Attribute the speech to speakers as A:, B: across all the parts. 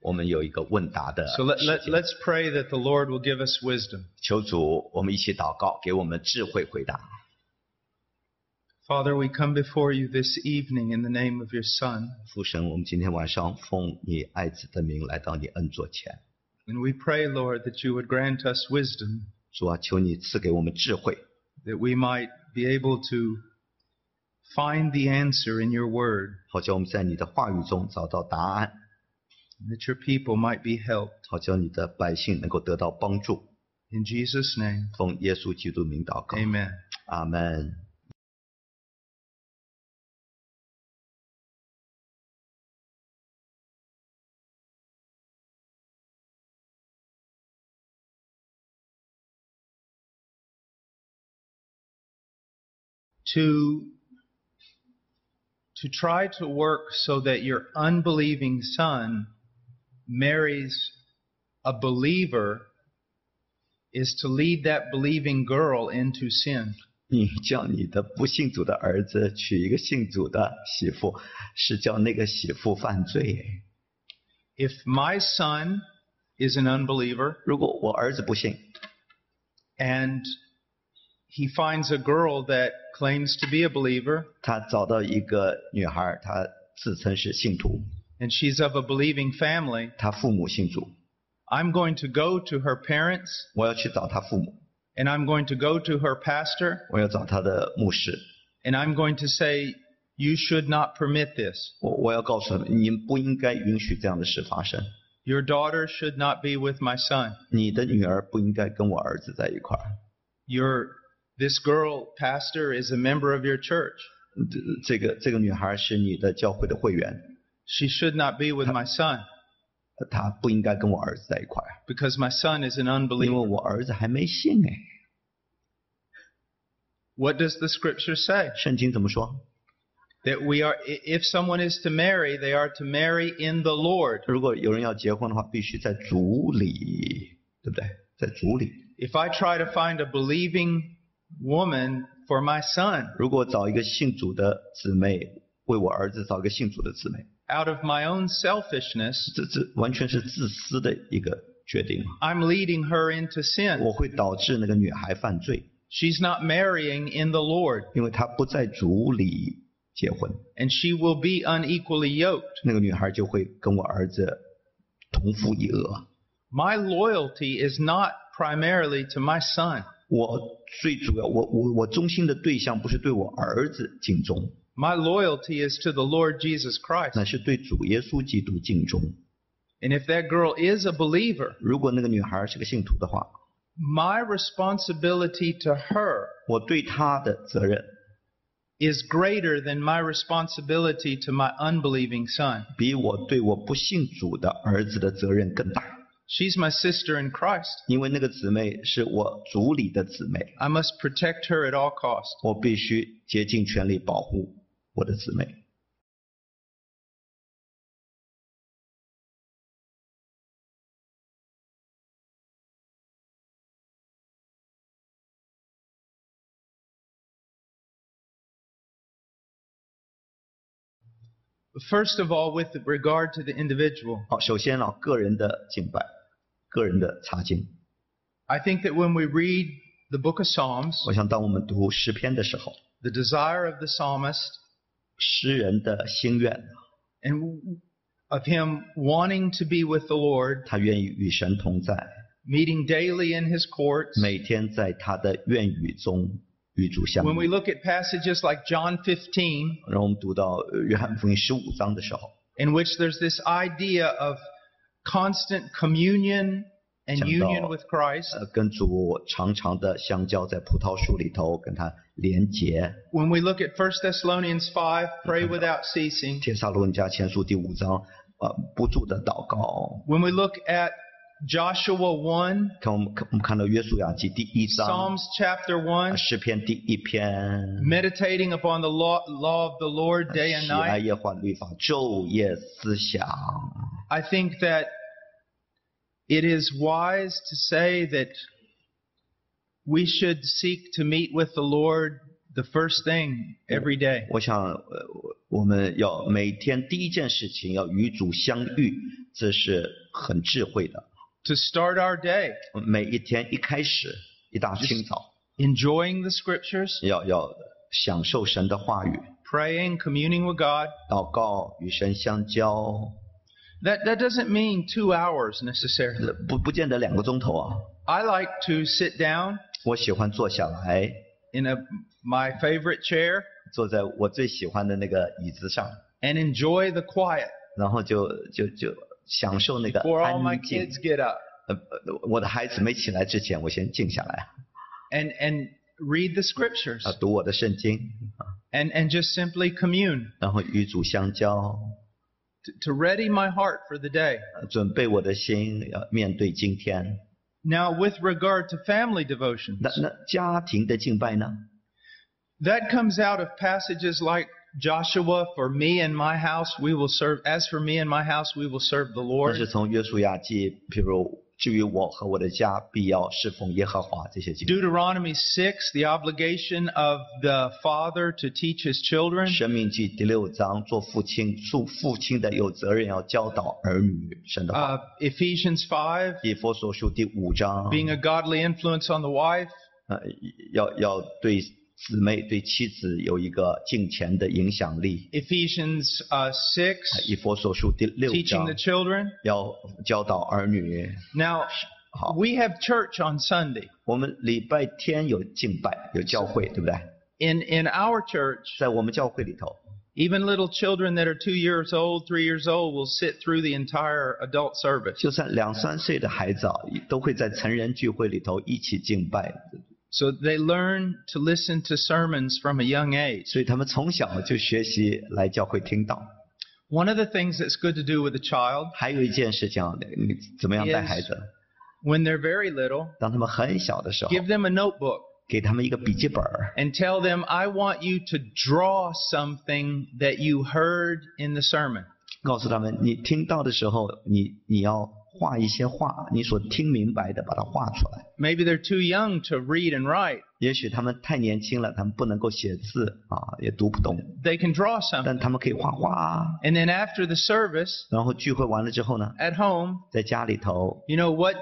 A: 我们有一个问答的
B: So let,
A: 时
B: let,
A: 间。
B: let's pray that the Lord will give us wisdom.
A: 求主，我们一起祷告，给我们智慧回答。
B: Father, we come before you this evening in the name of your Son,
A: 父神，我们今天晚上奉你爱子的名来到你恩座前，
B: and we pray, Lord, that you would grant us wisdom,
A: 主啊，求你赐给我们智慧，
B: that we might be able to find the answer in your word,
A: 好叫我们在你的话语中找到答案，
B: and that your people might be helped.
A: 好叫你的百姓能够得到帮助。
B: In Jesus' name,
A: 奉耶稣基督名祷告，
B: amen.
A: 阿门。
B: To, to try to work so that your unbelieving son marries a believer is to lead that believing girl into sin.
A: 你叫你的不信主的儿子娶一个信主的媳妇，是叫那个媳妇犯罪。
B: If my son is an unbeliever
A: 如果我儿子不信，
B: and he finds a girl that claims to be a believer
A: 他找到一个女孩，她自称是信徒，
B: and she's of a believing family,
A: 她父母信主，
B: I'm going to go to her parents
A: 我要去找她父母，
B: and I'm going to go to her pastor
A: 我要找她的牧师，
B: and I'm going to say, You should not permit this.
A: 我我要告诉他们，你不应该允许这样的事发生。
B: Your daughter should not be with my son.
A: 你的女儿不应该跟我儿子在一块儿。
B: Your this girl pastor is a member of your church.
A: 这这个这个女孩是你的教会的会员，
B: She should not be with my son
A: 她不应该跟我儿子在一块儿，
B: because my son is an
A: 因
B: unbeliever.
A: 为我儿子还没信哎。
B: What does the scripture say?
A: 圣经怎么说？
B: That we are i- if someone is to marry, they are to marry in the Lord.
A: 如果有人要结婚的话，必须在主里，对不对？在主里。
B: If I try to find a believing woman for my son
A: 如果找一个信主的姊妹，为我儿子找一个信主的姊妹，
B: out of my own selfishness,
A: 这这完全是自私的一个决定。
B: I'm leading her into
A: 我
B: sin.
A: 会导致那个女孩犯罪，
B: She's not marrying in the Lord,
A: 因为她不在主里结婚，
B: and she will be unequally yoked.
A: 那个女孩就会跟我儿子同父异额。
B: My loyalty is not primarily to my son.
A: 我最主要，我我我忠心的对象不是对我儿子尽忠，
B: My loyalty is to the Lord Jesus Christ.
A: 乃是对主耶稣基督尽忠。
B: And if that girl is a believer,
A: 如果那个女孩是个信徒的话，
B: my responsibility to her
A: 我对她的责任
B: is greater than my responsibility to my unbelieving son.
A: 比我对我不信主的儿子的责任更大，
B: She's my sister in Christ.
A: 因为那个姊妹是我族里的姊妹，
B: I must protect her at all costs.
A: 我必须竭尽全力保护我的姊妹。
B: First of all, with regard to the individual,
A: 好，首先呢、个人的敬拜，个人的查经。
B: I think that when we read the book of Psalms,
A: 我想，当我们读诗篇的时候，
B: the desire of the psalmist
A: 诗人的心愿，
B: and of him wanting to be with the Lord,
A: 他愿意与神同在，
B: meeting daily in his courts.
A: 每天在他的愿语中与主相
B: When we
A: 遇。
B: look at passages like John 15,
A: 让我们读到呃约翰福音十五章的时候，
B: in which there's this idea of constant communion and
A: Chẳng
B: union
A: đâu.
B: with Christ,
A: 呃，跟主常常的相交，在葡萄树里头跟他连结。
B: when we look at 1 Thessalonians 5, pray without ceasing,
A: 帖撒罗尼迦前书第五章，呃，不住的祷告。
B: when we look at Joshua 1,
A: 看我们看我们看到约书亚记第一章，
B: Psalms chapter 1,
A: 诗篇第一篇，
B: meditating upon the law, law of the Lord day and
A: 喜爱
B: night,
A: 耶和华律法，昼夜思想。
B: I think that it is wise to say that we should seek to meet with the Lord the first thing every day.
A: 我想，呃，我我们要每天第一件事情要与主相遇，这是很智慧的。
B: to start our day,
A: 每一天一开始，一大清早，
B: enjoying the scriptures,
A: 要要享受神的话语，
B: praying, communing with God.
A: 祷告与神相交，
B: That, that doesn't mean two hours necessarily.
A: 呃不不见得两个钟头啊。
B: I like to sit down
A: 我喜欢坐下来，
B: in a, my favorite chair
A: 坐在我最喜欢的那个椅子上，
B: and enjoy the quiet
A: 然后就就就享受那个
B: before all my
A: 安静
B: kids。get up
A: 呃，呃我的孩子没起来之前，我先静下来
B: and, and read the scriptures
A: 啊，读我的圣经，
B: and, and just simply commune
A: 然后与主相交，
B: to, to ready my heart for the day.
A: 呃准备我的心，要面对今天。
B: Now, with regard to family devotions,
A: 那那家庭的敬拜呢？
B: that comes out of passages like Joshua, for me and my house, we will serve, as for me and my house, we will serve the
A: 那
B: Lord.
A: 是从约书亚记，譬如至于我和我的家，必要侍奉耶和华这些经。
B: Deuteronomy 6, the obligation of the father to teach his children.
A: 生命记第六章，做父亲，做父亲的有责任要教导儿女神的话。
B: Uh, Ephesians 5,
A: 以佛所书第五章，
B: being a godly influence on the wife.
A: 呃，要要对姊妹、对妻子有一个敬虔的影响力。
B: Ephesians uh, 6,
A: 以佛所书第六
B: teaching
A: 章
B: the children.
A: 要教导儿女。
B: Now,
A: How-
B: we have church on Sunday.
A: 我们礼拜天有敬拜，有教会，对不对？
B: In, in our church,
A: 在我们教会里头，
B: even little children that are two years old, three years old, will sit through the entire adult service.
A: 就算两三岁的孩子啊，都会在成人聚会里头一起敬拜，
B: So they learn to listen to sermons from a young age.
A: 所以他们从小就学习来教会听道。
B: One of the things that's good to do with a child
A: 还有一件事情啊，你你怎么样带孩子？
B: when they're very little,
A: 当他们很小的时候，
B: give them a notebook
A: 给他们一个笔记本儿，
B: and tell them, I want you to draw something that you heard in the sermon.
A: 告诉他们，你听到的时候，你你要画一些画，你所听明白的，把它画出来。
B: Maybe they're too young to read and write.
A: 也许他们太年轻了，他们不能够写字啊，也读不懂，
B: They can draw
A: 但
B: something.
A: 他们可以画画啊。
B: And then after the service
A: 然后聚会完了之后呢，
B: at home,
A: 在家里头，
B: you know, what,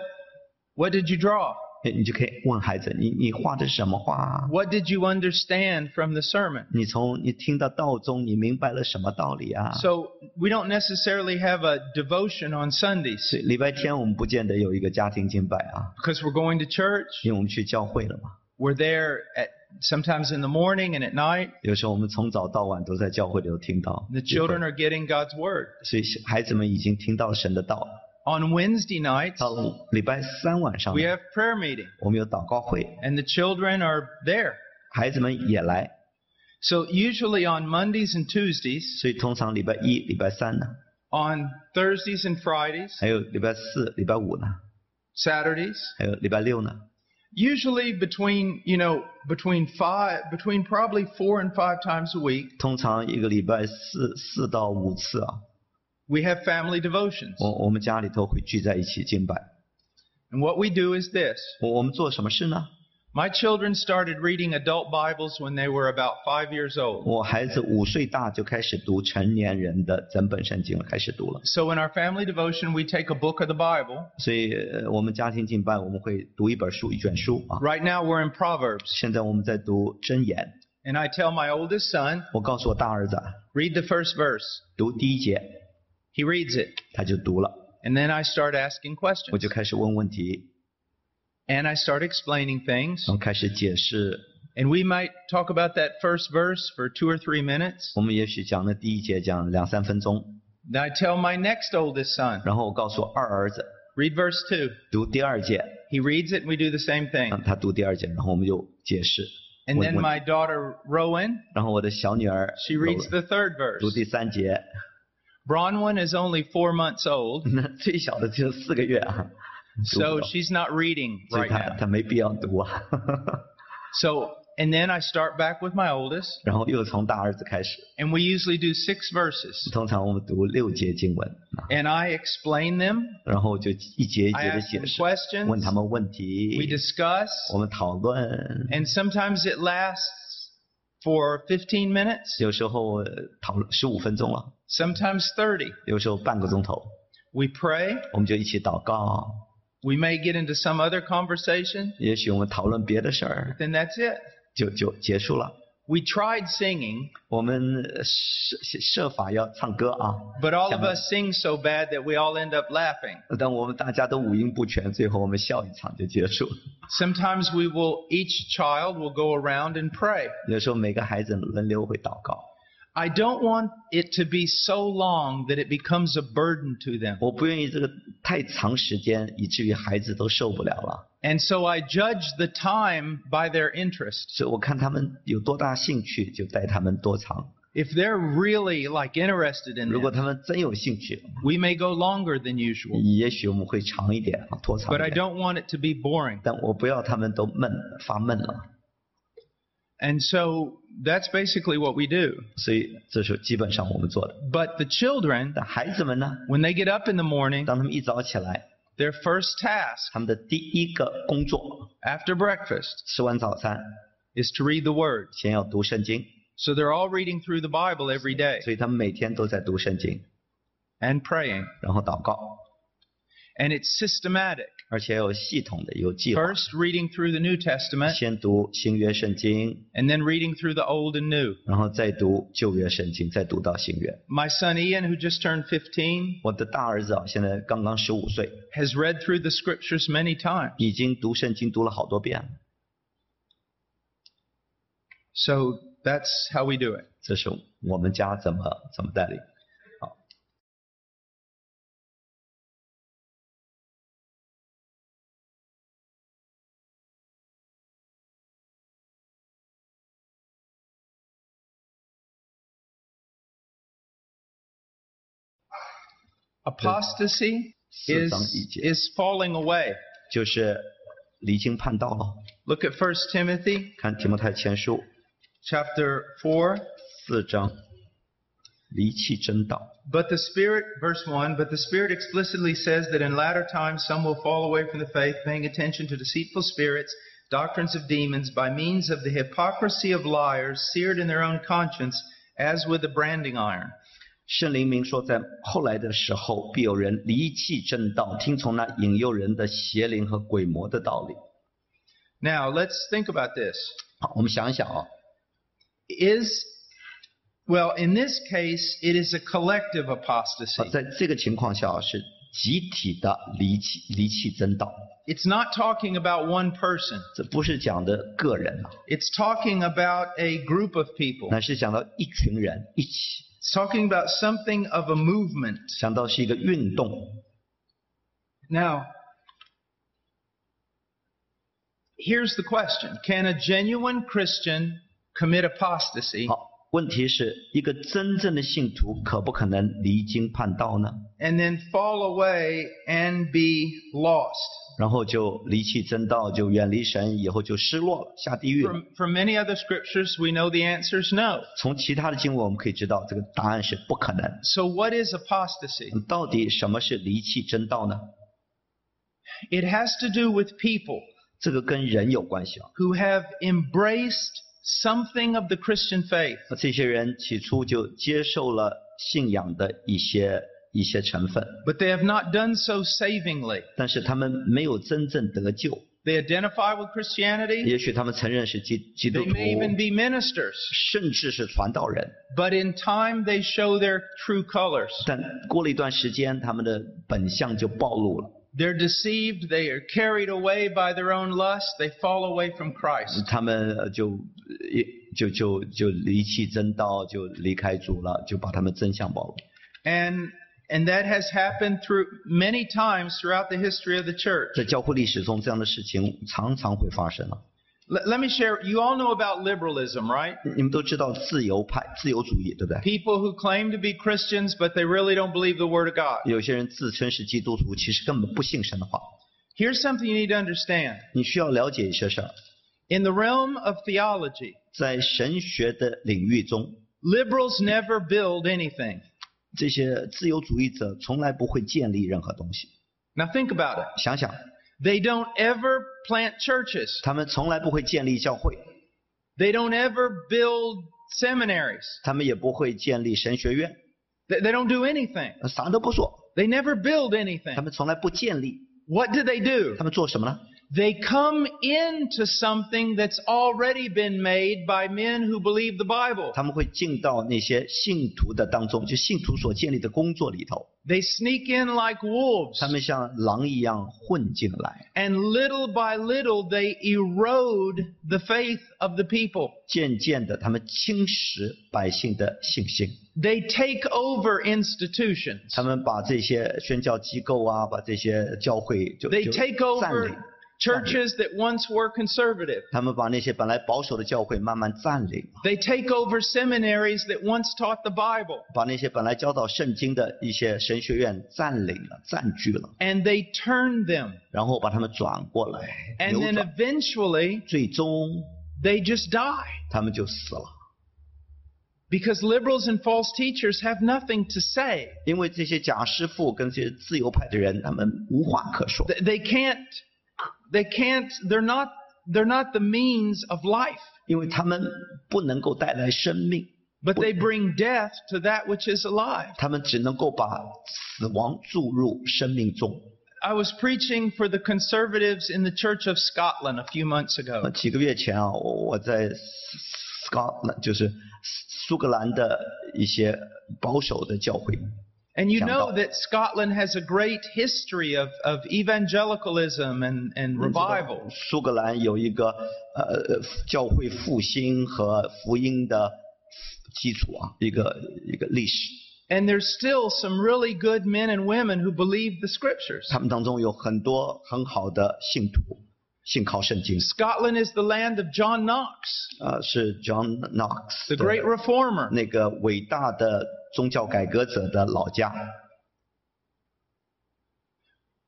B: what did you draw?
A: 哎你就可以问孩子，你你画的什么画啊？
B: What did you understand from the sermon?
A: 你从你听到道中，你明白了什么道理啊？
B: So we don't necessarily have a devotion on Sundays
A: 所以礼拜天我们不见得有一个家庭敬拜啊，
B: because we're going to church.
A: 因为我们去教会了嘛。
B: We're there at sometimes in the morning and at night.
A: 有时候我们从早到晚都在教会里头听到
B: The
A: 聚会
B: children are getting God's word.
A: 所以孩子们已经听到神的道了。
B: On Wednesday nights,
A: 到礼拜三晚上呢
B: we，have prayer meeting
A: 我们有祷告会，
B: and the children are there.
A: 孩子们也来，
B: So usually on Mondays and Tuesdays,
A: 所以通常礼拜一、礼拜三呢，
B: on Thursdays and Fridays,
A: 还有礼拜四、礼拜五呢，
B: Saturdays,
A: 还有礼拜六呢，
B: usually between, you know, between five, between probably four and five times a week,
A: 通常一个礼拜四四到五次啊，
B: we have family devotions.
A: 我我们家里头会聚在一起敬拜。
B: And what we do is this.
A: 我我们做什么事呢？
B: My children started reading adult Bibles when they were about five years old.
A: 我孩子五岁大就开始读成年人的整本圣经了，开始读了。
B: So in our family devotion, we take a book of the Bible.
A: 所以，呃我们家庭敬拜我们会读一本书，一卷书啊。
B: Right now, we're in Proverbs.
A: 现在我们在读箴言，
B: And I tell my oldest son,
A: 我告诉我大儿子啊，
B: read the first verse.
A: 读第一节，
B: He reads it.
A: 他就读了，
B: And then I start asking
A: 我
B: questions.
A: 就开始问问题，
B: And I start explaining things.
A: 然后开始解释。
B: And we might talk about that first verse for two or three minutes.
A: 我们也许讲了第一节讲两三分钟，
B: Then I tell my next oldest son,
A: 然后我告诉我二儿子
B: read verse two.
A: 读第二节，
B: He reads it and we do the same thing.
A: 让他读第二节，然后我们就解释。
B: And
A: 问
B: then
A: 问
B: my daughter Rowan,
A: 然后我的小女儿
B: she reads the third
A: 读
B: verse.
A: 第三节，
B: Bronwyn is only four months old,
A: 那最小的只有四个月啊，读不懂
B: so she's not reading
A: 所以
B: right
A: 他
B: now.
A: 他没必要读啊。
B: So, and then I start back with my oldest,
A: 然后又从大儿子开始，
B: and we usually do six verses.
A: 通常我们读六节经文，
B: And I explain them.
A: 然后就一节一
B: I
A: 节的
B: ask
A: 解
B: them
A: 释，问
B: questions.
A: 他们问
B: We
A: 题，
B: discuss.
A: 我们讨论。
B: And sometimes it lasts for 15 minutes,
A: 有时候呃讨论十五分钟了，
B: sometimes 30.
A: 有时候半个钟头。
B: We pray.
A: 我们就一起祷告。
B: We may get into some other conversation.
A: 也许我们讨论别的事儿，
B: Then that's it.
A: 就就结束了。
B: We tried singing,
A: 我们呃设设设法要唱歌啊，
B: but all of
A: Yeah.
B: us sing so bad that we all end up laughing.
A: 但我们大家都五音不全，最后我们笑一场就结束。
B: Sometimes we will, each child will go around and pray.
A: 有时候每个孩子轮流会祷告。
B: I don't want it to be so long that it becomes a burden to them.
A: 我不愿意这个太长时间，以至于孩子都受不了了。
B: And so I judge the time by their interest.
A: 所以我看他们有多大兴趣，就带他们多长。
B: If they're really like interested in
A: 如果
B: it,
A: 他们真有兴趣，
B: we may go longer than usual.
A: 也许我们会长一点啊，拖长
B: But I
A: 一点。
B: don't want it to be boring.
A: 但我不要他们都闷发闷了。
B: And so that's basically what we do.
A: 所以这是基本上我们做的。
B: But the children,
A: 但孩子们呢，
B: when they get up in the morning,
A: 当他们一早起来，
B: their first task
A: 他们的第一个工作，
B: after breakfast
A: 吃完早餐
B: is to read the Word.
A: 先要读圣经，
B: So they're all reading through the Bible every day
A: 所以他们每天都在读圣经，
B: and praying.
A: 然后祷告，
B: And it's systematic.
A: 而且要有系统的、有计划。
B: First, reading through the New Testament
A: 先读新约圣经，
B: and then reading through the Old and New.
A: 然后再读旧约圣经，再读到新约。
B: My son Ian, who just turned 15,
A: 我的大儿子啊，现在刚刚十五岁，
B: has read through the scriptures many times.
A: 已经读圣经读了好多遍了。
B: So that's how we do it.
A: 这是我们家怎么怎么带领。
B: Apostasy
A: 四
B: is,
A: 章一节
B: is falling away.
A: 就是离经叛道了。
B: Look at 1 Timothy
A: 看提摩太前书
B: chapter 4.
A: 四章，离弃真道。
B: But the Spirit, verse 1, but the Spirit explicitly says that in latter times some will fall away from the faith, paying attention to deceitful spirits, doctrines of demons, by means of the hypocrisy of liars, seared in their own conscience, as with a branding iron.
A: 圣灵明说，在后来的时候，必有人离弃正道，听从那引诱人的邪灵和鬼魔的道理。
B: Now, let's think about this.
A: 好，我们想一想啊，
B: Is, well, in this case, it is a collective
A: 啊
B: apostasy.
A: 在这个情况下啊是集体的离弃离弃真道，
B: It's not talking about one person,
A: 这不是讲的个人啊，
B: it's talking about a group of people.
A: 乃是讲到一群人一起，
B: It's talking about something of a movement.
A: 想到是一个运动。
B: Now, here's the question Can a genuine Christian commit apostasy?
A: 好，问题是一个真正的信徒可不可能离经叛道呢？
B: and then fall away and be lost.
A: 然后就离弃真道，就远离神，以后就失落了，下地狱了
B: From,。from many other scriptures, we know the answer is no.
A: 从其他的经文我们可以知道，这个答案是不可能。
B: So, what is apostasy?
A: 嗯到底什么是离弃真道呢？
B: It has to do with people
A: 这个跟人有关系啊。
B: who have embraced something of the Christian faith,
A: 那这些人起初就接受了信仰的一些一些成分，
B: but they have not done so savingly.
A: 但是他们没有真正得救。
B: They identify with Christianity,
A: 也许他们承认是基基督
B: they
A: 徒，
B: may even be ministers.
A: 甚至是传道人，
B: But in time, they show their true colors.
A: 但过了一段时间，他们的本相就暴露了。
B: They're deceived. They are carried away by their own lust. They fall away from Christ.
A: 他们呃就一就就就离弃真道，就离开主了，就把他们真相暴露。
B: And, and that has happened through many times throughout the history of the church.
A: 在教会历史中，这样的事情常常会发生啊。
B: Let, let me share. You all know about liberalism, right?
A: 你们都知道自由派、自由主义，对不对？
B: People who claim to be Christians, but they really don't believe the Word of God.
A: 有些人自称是基督徒，其实根本不信神的话。
B: Here's something you need to understand.
A: 你需要了解一些事儿，
B: In the realm of theology,
A: 在神学的领域中，
B: liberals never build anything.
A: 这些自由主义者从来不会建立任何东西。
B: Now think about it.
A: 想想，
B: They don't ever plant churches.
A: 他们从来不会建立教会，
B: They don't ever build seminaries.
A: 他们也不会建立神学院，
B: They, they don't do anything.
A: 呃啥都不做。
B: They never build anything.
A: 他们从来不建立，
B: What do they do?
A: 他们做什么呢？
B: They come into something that's already been made by men who believe the Bible.
A: 他们会进到那些信徒的当中，就信徒所建立的工作里头，
B: They sneak in like wolves,
A: 他们像狼一样混进来，
B: and little by little they erode the faith of the people.
A: 渐渐的，他们侵蚀百姓的信心，
B: They take over institutions.
A: 他们把这些宣教机构啊，把这些教会就
B: They
A: 就
B: take
A: 占领
B: over，churches that once were conservative.
A: 他们把那些本来保守的教会慢慢占领，
B: They take over seminaries that once taught the Bible.
A: 把那些本来教导圣经的一些神学院占领了、占据了，
B: And they turn them.
A: 然后把他们转过来，
B: And
A: 扭
B: then
A: 转，
B: eventually
A: 最终
B: they just die.
A: 他们就死了。
B: Because liberals and false teachers have nothing to say.
A: 因为这些假师傅跟这些自由派的人，他们无话可说，
B: Th- They can't, they can't, they're not, they're not the means of life,
A: 因为他们不能够带来生命，
B: but they bring death to that which is alive.
A: 他们只能够把死亡注入生命中。
B: I was preaching for the conservatives in the Church of Scotland a few months
A: 呃
B: ago.
A: 几个月前啊，我我在 Scotland，就是苏格兰的一些保守的教会，
B: And you
A: Sound
B: know
A: off.
B: that Scotland has a great history of, of evangelicalism and, and revival.
A: 苏格兰有一个呃教会复兴和福音的基础啊，一个一个历史。
B: And there's still some really good men and women who believe the scriptures.
A: 他们当中有很多很好的信徒，信靠圣经，
B: Scotland is the land of John Knox,
A: 呃，是 John
B: the
A: Knox
B: great
A: 的
B: reformer.
A: 那个伟大的宗教改革者的老家。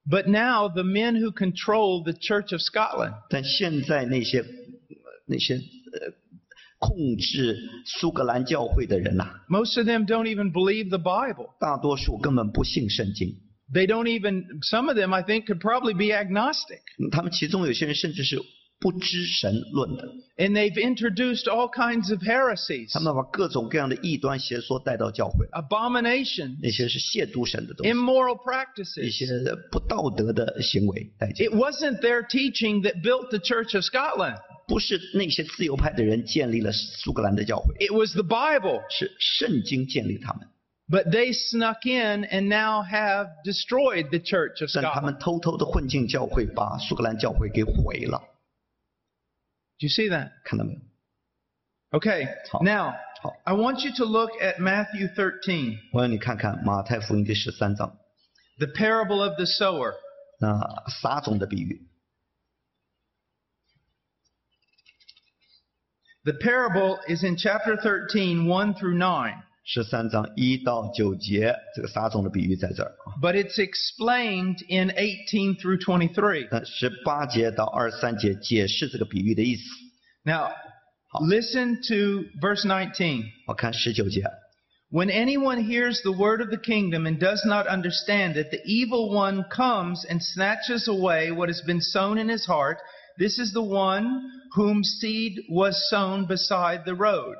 B: But now the men who control the Church of Scotland
A: 但现在那些呃那些呃控制苏格兰教会的人呐、
B: Most of them don't even believe the Bible.
A: 大多数根本不信圣经。
B: They don't even, some of them I think could probably be agnostic.
A: 嗯他们其中有些人甚至是不知神论的，
B: And they've introduced all kinds of heresies,
A: 他们把各种各样的异端邪说带到教会来，
B: abominations,
A: 那些是亵渎神的东西，
B: immoral
A: 一
B: practices.
A: 些不道德的行为带进。
B: It wasn't their teaching that built the Church of Scotland.
A: 不是那些自由派的人建立了苏格兰的教会，
B: It was the Bible.
A: 是圣经建立他们，
B: But they snuck in and now have destroyed the Church of
A: 但他
B: Scotland.
A: 们偷偷的混进教会，把苏格兰教会给毁了，
B: Do you see that?
A: 看到没有？
B: Okay.
A: Huh.
B: Now,
A: Huh.
B: I want you to look at Matthew 13,
A: 我要你看看马太福音第十三章，
B: the parable of the sower.
A: 那撒种的比喻，
B: The parable is in chapter 13, 1 through 9,
A: 十三章一到九节，这个撒种的比喻在这儿啊。
B: but it's explained in 18 through 23.
A: 那十八节到二十三节解释这个比喻的意思。
B: Now,
A: Huh.
B: listen to verse 19.
A: 我看十九节，
B: When anyone hears the word of the kingdom and does not understand it, the evil one comes and snatches away what has been sown in his heart. This is the one whom seed was sown beside the road.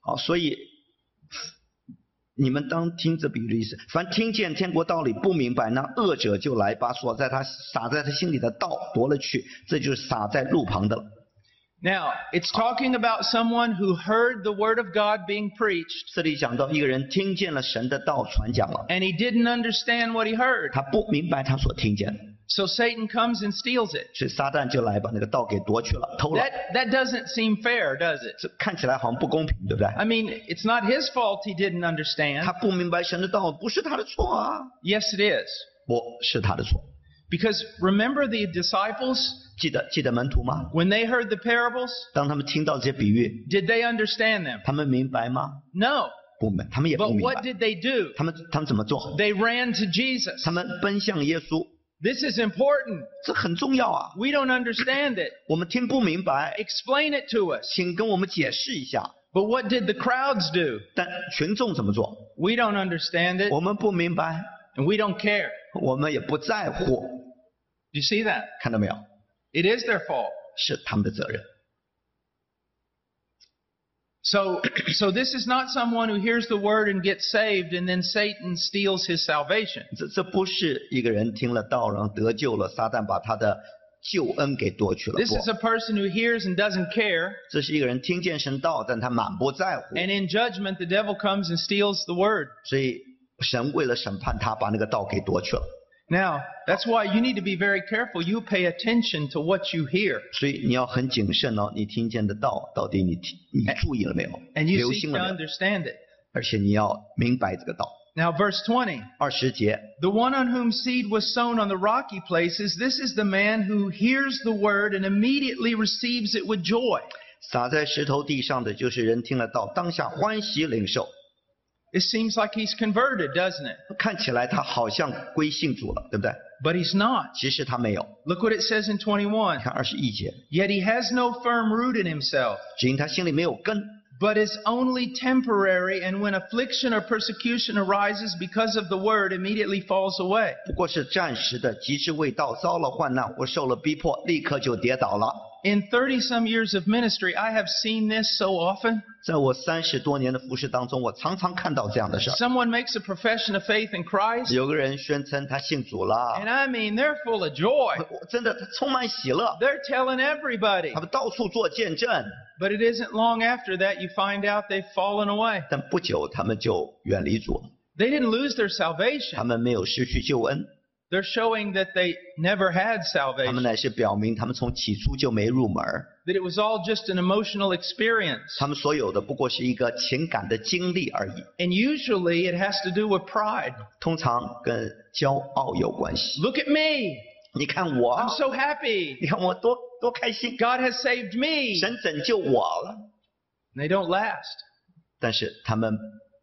A: 好，所以你们当听这比喻的意思。凡听见天国道理不明白，那恶者就来，把所在他撒在他心里的道夺了去，这就是撒在路旁的了。
B: Now, it's talking about someone who heard the word of God being preached
A: 这里讲到一个人听见了神的道传讲了，
B: and he didn't understand what he heard.
A: 他不明白他所听见的，
B: So Satan comes and steals it.
A: 所以撒旦就来把那个道给夺去了，偷了
B: That。that doesn't seem fair, does it?
A: 这看起来好像不公平，对不对？
B: I mean, it's not his fault he didn't
A: 他
B: understand.
A: 不明白神的道，不是他的错啊，
B: Yes, it is.
A: 不是他的错。
B: Because remember the disciples
A: 记得记得门徒吗？
B: when they heard the parables,
A: 当他们听到这些比喻，
B: did they understand them?
A: 他们明白吗？
B: No.
A: 不明，他们也不
B: But
A: 明白
B: what。did they do?
A: 他们他们怎么做？
B: They ran to Jesus.
A: 他们奔向耶稣，
B: This is important.
A: 这很重要啊！
B: We don't understand it.
A: 我们听不明白，
B: Explain it to us.
A: 请跟我们解释一下。
B: But what did the crowds do?
A: 但群众怎么做？
B: We don't understand it
A: 我们不明白，
B: and we don't care.
A: 我们也不在乎，
B: Do you see that?
A: 看到没有？
B: It is their fault.
A: 是他们的责任。
B: So, so this is not someone who hears the word and gets saved and then Satan steals his salvation.
A: 这这不是一个人听了道，然后得救了，撒旦把他的救恩给夺去了。
B: This is
A: 不，
B: a person who hears and doesn't care,
A: 这是一个人听见神道，但他满不在乎，
B: and in judgment the devil comes and steals the word.
A: 所以神为了审判他，把那个道给夺去了。
B: Now, that's why you need to be very careful. You pay attention to what you hear.
A: 所以你要很谨慎哦，你听见的道到底你听你注意了没有，
B: and
A: 留
B: you seek
A: 心
B: to
A: 了没有，
B: understand it.
A: 而且你要明白这个道。
B: Now, verse 20.
A: 二十节，
B: The one on whom seed was sown on the rocky places, this is the man who hears the word and immediately receives it with joy.
A: 撒在石头地上的就是人听了道，当下欢喜领受。
B: It seems like he's converted, doesn't it?
A: 看起来他好像归信主了，对不对？
B: But he's not.
A: 其实他没有。
B: Look what it says in 21.
A: 看二十一节，
B: Yet he has no firm root in himself,
A: 只因他心里没有根，
B: but is only temporary, and when affliction or persecution arises because of the word, immediately falls away.
A: 不过是暂时的，及至未到，遭了患难或受了逼迫，立刻就跌倒了。
B: In 30 some years of ministry, I have seen this so often.
A: 在我三十多年的服侍当中，我常常看到这样的事儿。
B: Someone makes a profession of faith in Christ,
A: 有个人宣称他信主了，
B: and I mean, they're full of joy.
A: 我真的充满喜乐，
B: They're telling everybody.
A: 他们到处做见证，
B: But it isn't long after that you find out they've fallen away.
A: 但不久他们就远离主，
B: They didn't lose their
A: 他
B: salvation.
A: 们没有失去救恩，
B: They're showing that they never had
A: 他们
B: salvation,
A: 乃是表明他们从起初就没入门儿，
B: that it was all just an emotional experience.
A: 他们所有的不过是一个情感的经历而已，
B: And usually it has to do with pride.
A: 通常跟骄傲有关系。
B: Look at me.
A: 你看我啊
B: I'm，so happy.
A: 你看我多多开心，
B: God has saved me.
A: 神拯救我了，
B: And they don't last.
A: 但是他们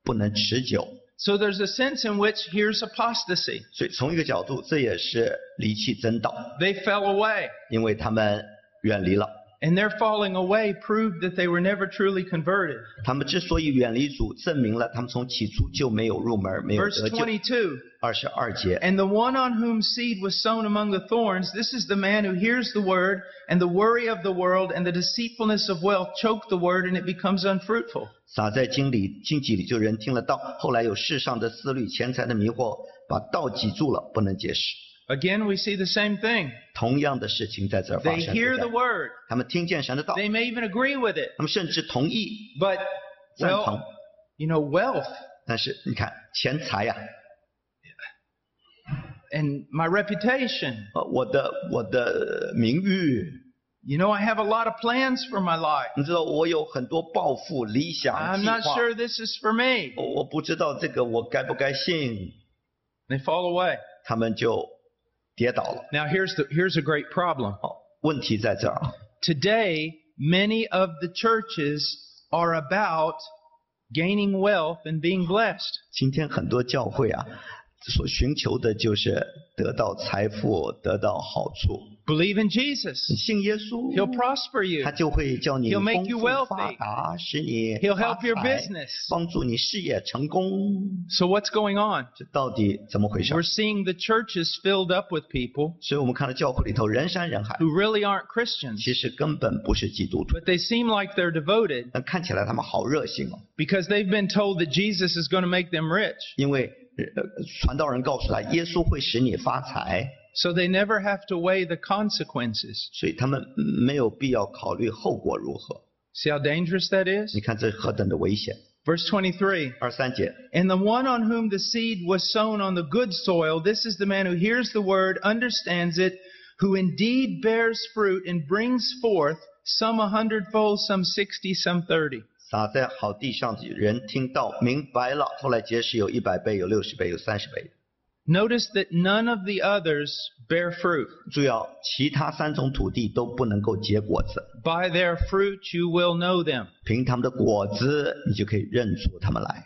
A: 不能持久，
B: So there's a sense in which here's apostasy.
A: 所以从一个角度，这也是离弃真道，
B: They fell away.
A: 因为他们远离了。
B: And their falling away proved that they were never truly converted.
A: 他们之所以远离主，证明了他们从起初就没有入门，没有
B: Verse
A: 得救。
B: 22.
A: 二十二节，
B: And the one on whom seed was sown among the thorns, this is the man who hears the word, and the worry of the world and the deceitfulness of wealth choke the word, and it becomes unfruitful.
A: 撒在经里经济里，就人听了道，后来有世上的思虑、钱财的迷惑，把道挤住了，不能结实。
B: Again, we see the same thing.
A: 同样的事情在这儿发
B: They
A: 生。对
B: hear
A: 不
B: the
A: 对
B: word,
A: 他们听见神的道，
B: they may even agree with it,
A: 他们甚至同意
B: but,
A: 赞同
B: well,，you know, wealth
A: 但是你看钱财呀、
B: and my reputation.
A: 呃，我的我的名誉，
B: You know, I have a lot of plans for my life.
A: 你知道我有很多抱负、理想、
B: I'm
A: 计
B: not
A: 划，
B: sure this is for me.
A: 我我不知道这个我该不该信，
B: They fall away.
A: 他们就跌倒了。
B: Now, here's, the, here's a great problem.
A: 好，问题在这儿啊。
B: Today, many of the churches are about gaining wealth and being blessed.
A: 今天很多教会啊，所寻求的就是得到财富、得到好处。
B: Believe in
A: 你
B: Jesus.
A: 信耶
B: He'll
A: 稣，
B: prosper you.
A: 他就会叫你
B: He'll
A: 丰
B: make you
A: 富发
B: wealthy.
A: 达，使你
B: He'll
A: 发
B: help your
A: 财，
B: business.
A: 帮助你事业成功。
B: So what's going on?
A: 这到底怎么回事
B: We're？seeing the churches filled up with people
A: 所以我们看到教会里头人山人海，
B: who really aren't Christians,
A: 其实根本不是基督徒，
B: but they seem like they're devoted
A: 但看起来他们好热心哦，
B: because they've been told that Jesus is going to make them rich.
A: 因为呃传道人告诉他，耶稣会使你发财，
B: So they never have to weigh the consequences.
A: 所以他们没有必要考虑后果如何。
B: See how dangerous that
A: 你
B: is?
A: 看这何等的危险！
B: Verse 23.
A: 二三节，
B: And the one on whom the seed was sown on the good soil, this is the man who hears the word, understands it, who indeed bears fruit and brings forth some a hundredfold, some sixty, some thirty.
A: 撒在好地上的人听到明白了，后来结识有一百倍，有六十倍，有三十倍。
B: Notice that none of the others bear fruit.
A: 注意啊，其他三种土地都不能够结果子，
B: By their fruit you will know them.
A: 凭他们的果子，你就可以认出他们来。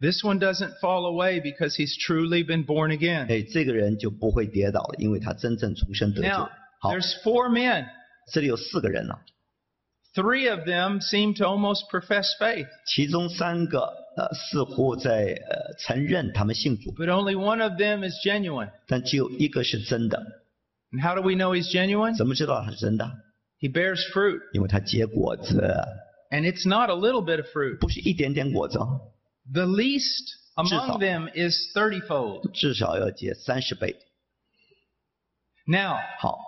B: This one doesn't fall away because he's truly been born again.
A: 哎，这个人就不会跌倒了，因为他真正重生得救
B: Now,。
A: 好，
B: there's four men.
A: 这里有四个人了、
B: Three of them seem to almost profess faith,
A: 其中三个呃似乎在呃承认他们信主，
B: but only one of them is genuine.
A: 但只有一个是真的。
B: And how do we know he's genuine?
A: 怎么知道他是真的？
B: He bears fruit,
A: 因为它结果子，
B: and it's not a little bit of fruit.
A: 不是一点点果子哦，
B: The least among
A: Zhizhao.
B: them is thirtyfold.
A: 至少要结三十倍。
B: Now,
A: 好，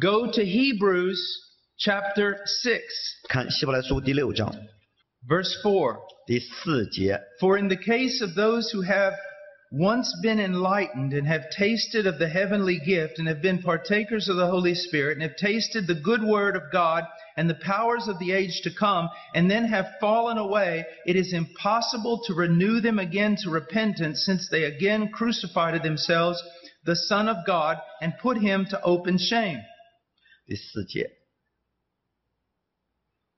B: go to Hebrews chapter 6,
A: 看希伯来书第六章
B: verse 4.
A: 第四节，
B: For in the case of those who have once been enlightened and have tasted of the heavenly gift and have been partakers of the Holy Spirit and have tasted the good word of God and the powers of the age to come and then have fallen away, it is impossible to renew them again to repentance since they again crucify to themselves the Son of God and put him to open shame.
A: 第四节，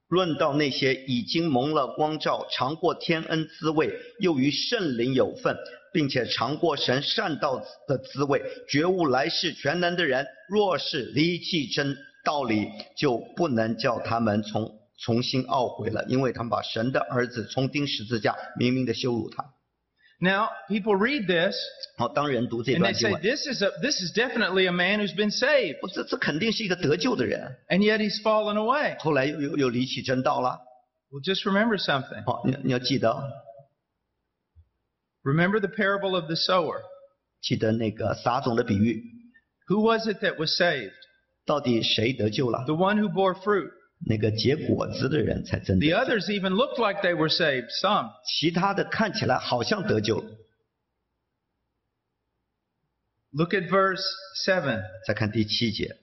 A: 论到那些已经蒙了光照、尝过天恩滋味，又与圣灵有份，并且尝过神善道的滋味，觉悟来世全能的人，若是离弃真道理，就不能叫他们从重新懊悔了，因为他们把神的儿子重钉十字架，明明的羞辱他。
B: Now, people read this
A: 好，当人读这
B: and
A: 段
B: they
A: 经
B: say,
A: 文，哦
B: this is, a, this is definitely a man who's been saved,
A: 我这这肯定是一个得救的人，
B: and yet he's fallen away.
A: 后来又又又离弃真道了。
B: Well, just remember something.
A: 好，你你要记得哦。
B: Remember the parable of the sower.
A: 记得那个撒种的比喻，
B: Who was it that was saved?
A: 到底谁得救了？
B: The one who bore fruit.
A: 那个结果子的人才真
B: The
A: 的，
B: others even looked like they were saved, some.
A: 其他的看起来好像得救了。
B: Look at verse 7.
A: 再看第七节，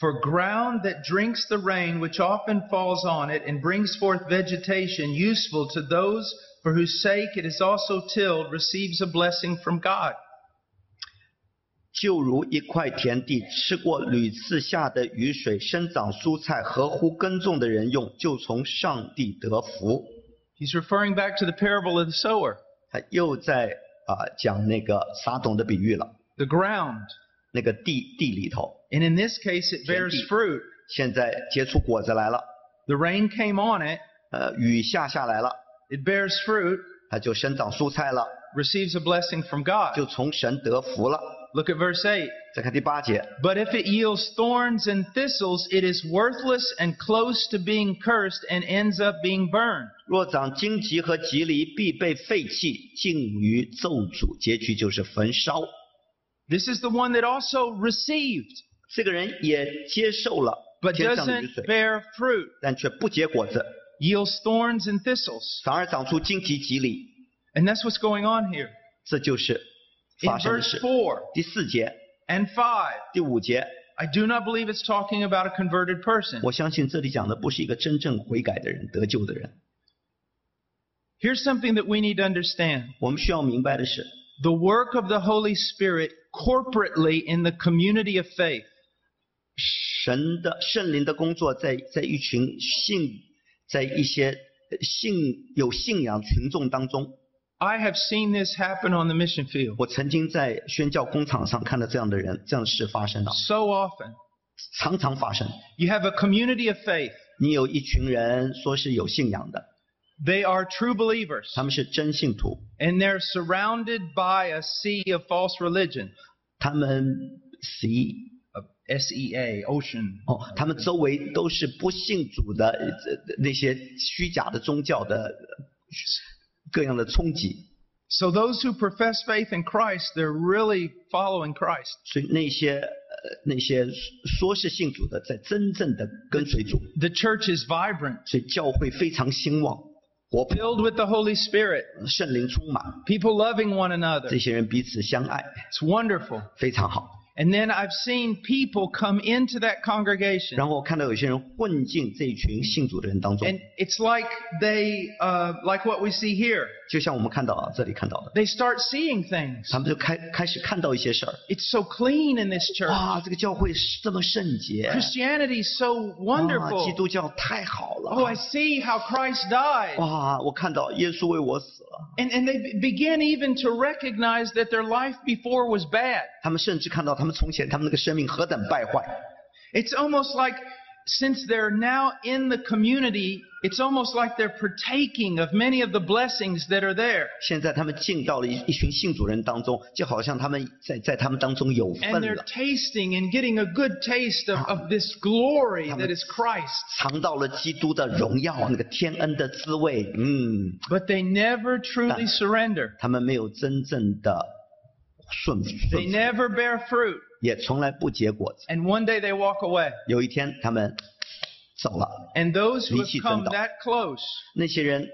B: For ground that drinks the rain which often falls on it and brings forth vegetation useful to those for whose sake it is also tilled receives a blessing from God.
A: 就如一块田地吃过屡次下的雨水，生长蔬菜，合乎耕种的人用，就从上帝得福。
B: He's referring back to the parable of the sower.
A: 他又在啊、讲那个撒种的比喻了，
B: The ground.
A: 那个地地里头，
B: And in this case, it bears
A: Indeed.
B: fruit.
A: 现在结出果子来了，
B: The rain came on it.
A: 呃，雨下下来了，
B: It bears fruit.
A: 它就生长蔬菜了，
B: receives a blessing from God.
A: 就从神得福了。
B: Look at verse 8.
A: 再看第八节，
B: But if it yields thorns and thistles, it is worthless and close to being cursed and ends up being burned.
A: 若长荆棘和棘藜，必被废弃，尽于咒诅，结局就是焚烧。
B: This is the one that also received,
A: 这个人也接受了
B: but
A: 天上的雨
B: doesn't
A: 水，
B: bear fruit,
A: 但却不结果子，
B: yields thorns and thistles.
A: 反而长出荆棘棘藜。
B: And that's what's going on here.
A: 这就是发
B: In
A: 生的
B: verse
A: 事。
B: 4
A: 第四节、
B: and 5,
A: 第五节，
B: I do not believe it's talking about a converted person.
A: 我相信这里讲的不是一个真正悔改的人、得救的人。
B: Here's something that we need to understand
A: 我们需要明白的是，
B: the work of the Holy Spirit corporately in the community of faith.
A: 神的圣灵的工作在在一群信，在一些呃信有信仰群众当中，
B: I have seen this happen on the mission field
A: 我曾经在宣教工厂上看到这样的人、这样的事发生了，
B: so often.
A: 常常发生。
B: You have a community of faith.
A: 你有一群人说是有信仰的，
B: They are true believers
A: 他们是真信徒，
B: and they're surrounded by a sea of false religion.
A: 他们习
B: S E A, ocean.
A: 哦，他们周围都是不信主的呃那些虚假的宗教的呃各样的冲击，
B: So those who profess faith in Christ, they're really following Christ.
A: 所以那些呃那些说是信主的，在真正的跟随主，
B: The church is vibrant,
A: 所以教会非常兴旺、活泼，
B: filled with the Holy Spirit,
A: 圣灵充满，
B: people loving one
A: 这
B: another.
A: 些人彼此相爱，
B: It's wonderful.
A: 非常好。
B: And then I've seen people come into that congregation
A: 然后我看到有些人混进这一群信主的人当中，
B: and it's like they, uh, like what we see here.
A: 就像我们看到啊，这里看到的，
B: they start seeing things.
A: 他们就开开始看到一些事儿。
B: It's so clean in this church.
A: 哇，这个教会是这么圣洁，
B: Christianity's so
A: 哇，基
B: wonderful.
A: 督教太好
B: Oh, I
A: 了。
B: see how Christ died.
A: 哇，我看到耶稣为我死了。
B: And, and they be- begin even to recognize that their life before was bad.
A: 他们甚至看到他们从前他们那个生命何等败坏，
B: It's almost like since they're now in the community, it's almost like they're partaking of many of the blessings that are there.
A: 现在他们进到了一一群信主人当中，就好像他们在在他们当中有
B: And
A: 份
B: they're
A: 了，
B: tasting and getting a good taste of, of this glory that is Christ.
A: 尝到了基督的荣耀那个天恩的滋味。嗯，
B: But they never truly
A: Done.
B: surrender,
A: 他们没有真正的顺服，顺
B: they
A: 服
B: never bear fruit.
A: 也从来不结果子。
B: And one day they walk away.
A: 有一天他们走了，
B: And those
A: 离
B: who have
A: 弃真道。
B: come that close
A: 那些人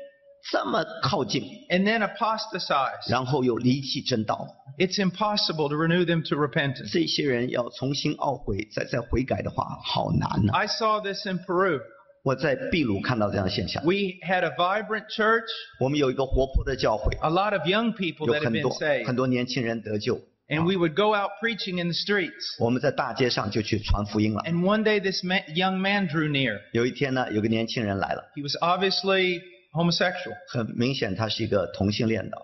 A: 这么靠近，
B: and then apostatize,
A: 然后又离弃正道，
B: it's impossible to renew them to repentance.
A: 这些人要重新懊悔，再再悔改的话，好难呢、
B: I saw this in Peru.
A: 我在秘鲁看到这样的现象。
B: We had a vibrant church,
A: 我们有一个活泼的教会，
B: a lot of young people
A: 有
B: that had
A: 很
B: been
A: 多
B: saved.
A: 很多年轻人得救。
B: And we would go out preaching in the streets.
A: 我们在大街上就去传福音了。
B: And one day this ma young man drew near.
A: 有一天呢，有个年轻人来了，
B: He was obviously homosexual.
A: 很明显他是一个同性恋的。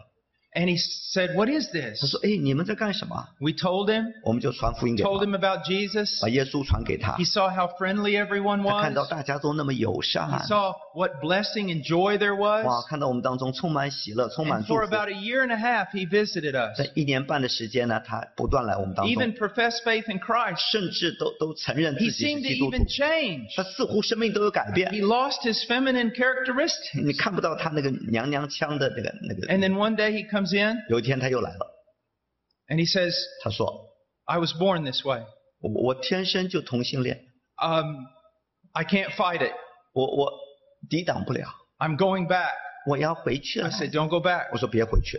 B: And he said, What is
A: 他
B: this?
A: 说：“哎，你们在干什么
B: We told him,？”
A: 我们就传福音给他，
B: told him about Jesus.
A: 把耶稣传给他
B: He。saw how friendly everyone
A: 他看到
B: was.
A: 大家都那么友
B: He
A: 善，
B: saw what blessing and joy there
A: 哇
B: was.，
A: 看到我们当中充满喜乐，充满
B: And
A: 祝
B: for
A: 福。
B: about a year and a half, he visited us.
A: 在一年半的时间呢，他不断来我们当
B: Even
A: 中，
B: professed faith in Christ.
A: 甚至都都承认
B: He
A: 自己是
B: seemed to
A: 基督徒
B: even。change.
A: 他似乎生命都有改变
B: He，lost his feminine characteristics.
A: 你看不到他那个娘娘腔的那个那个
B: And。then one day he comes in
A: 有一天他又来了，
B: and he says,
A: 他说
B: I was born this way.：“
A: 我我天生就同性恋，
B: Um, I can't fight it.
A: 我我抵挡不了，
B: I'm going back.
A: 我要回去了
B: I。said, Don't go back.
A: 我说别回去，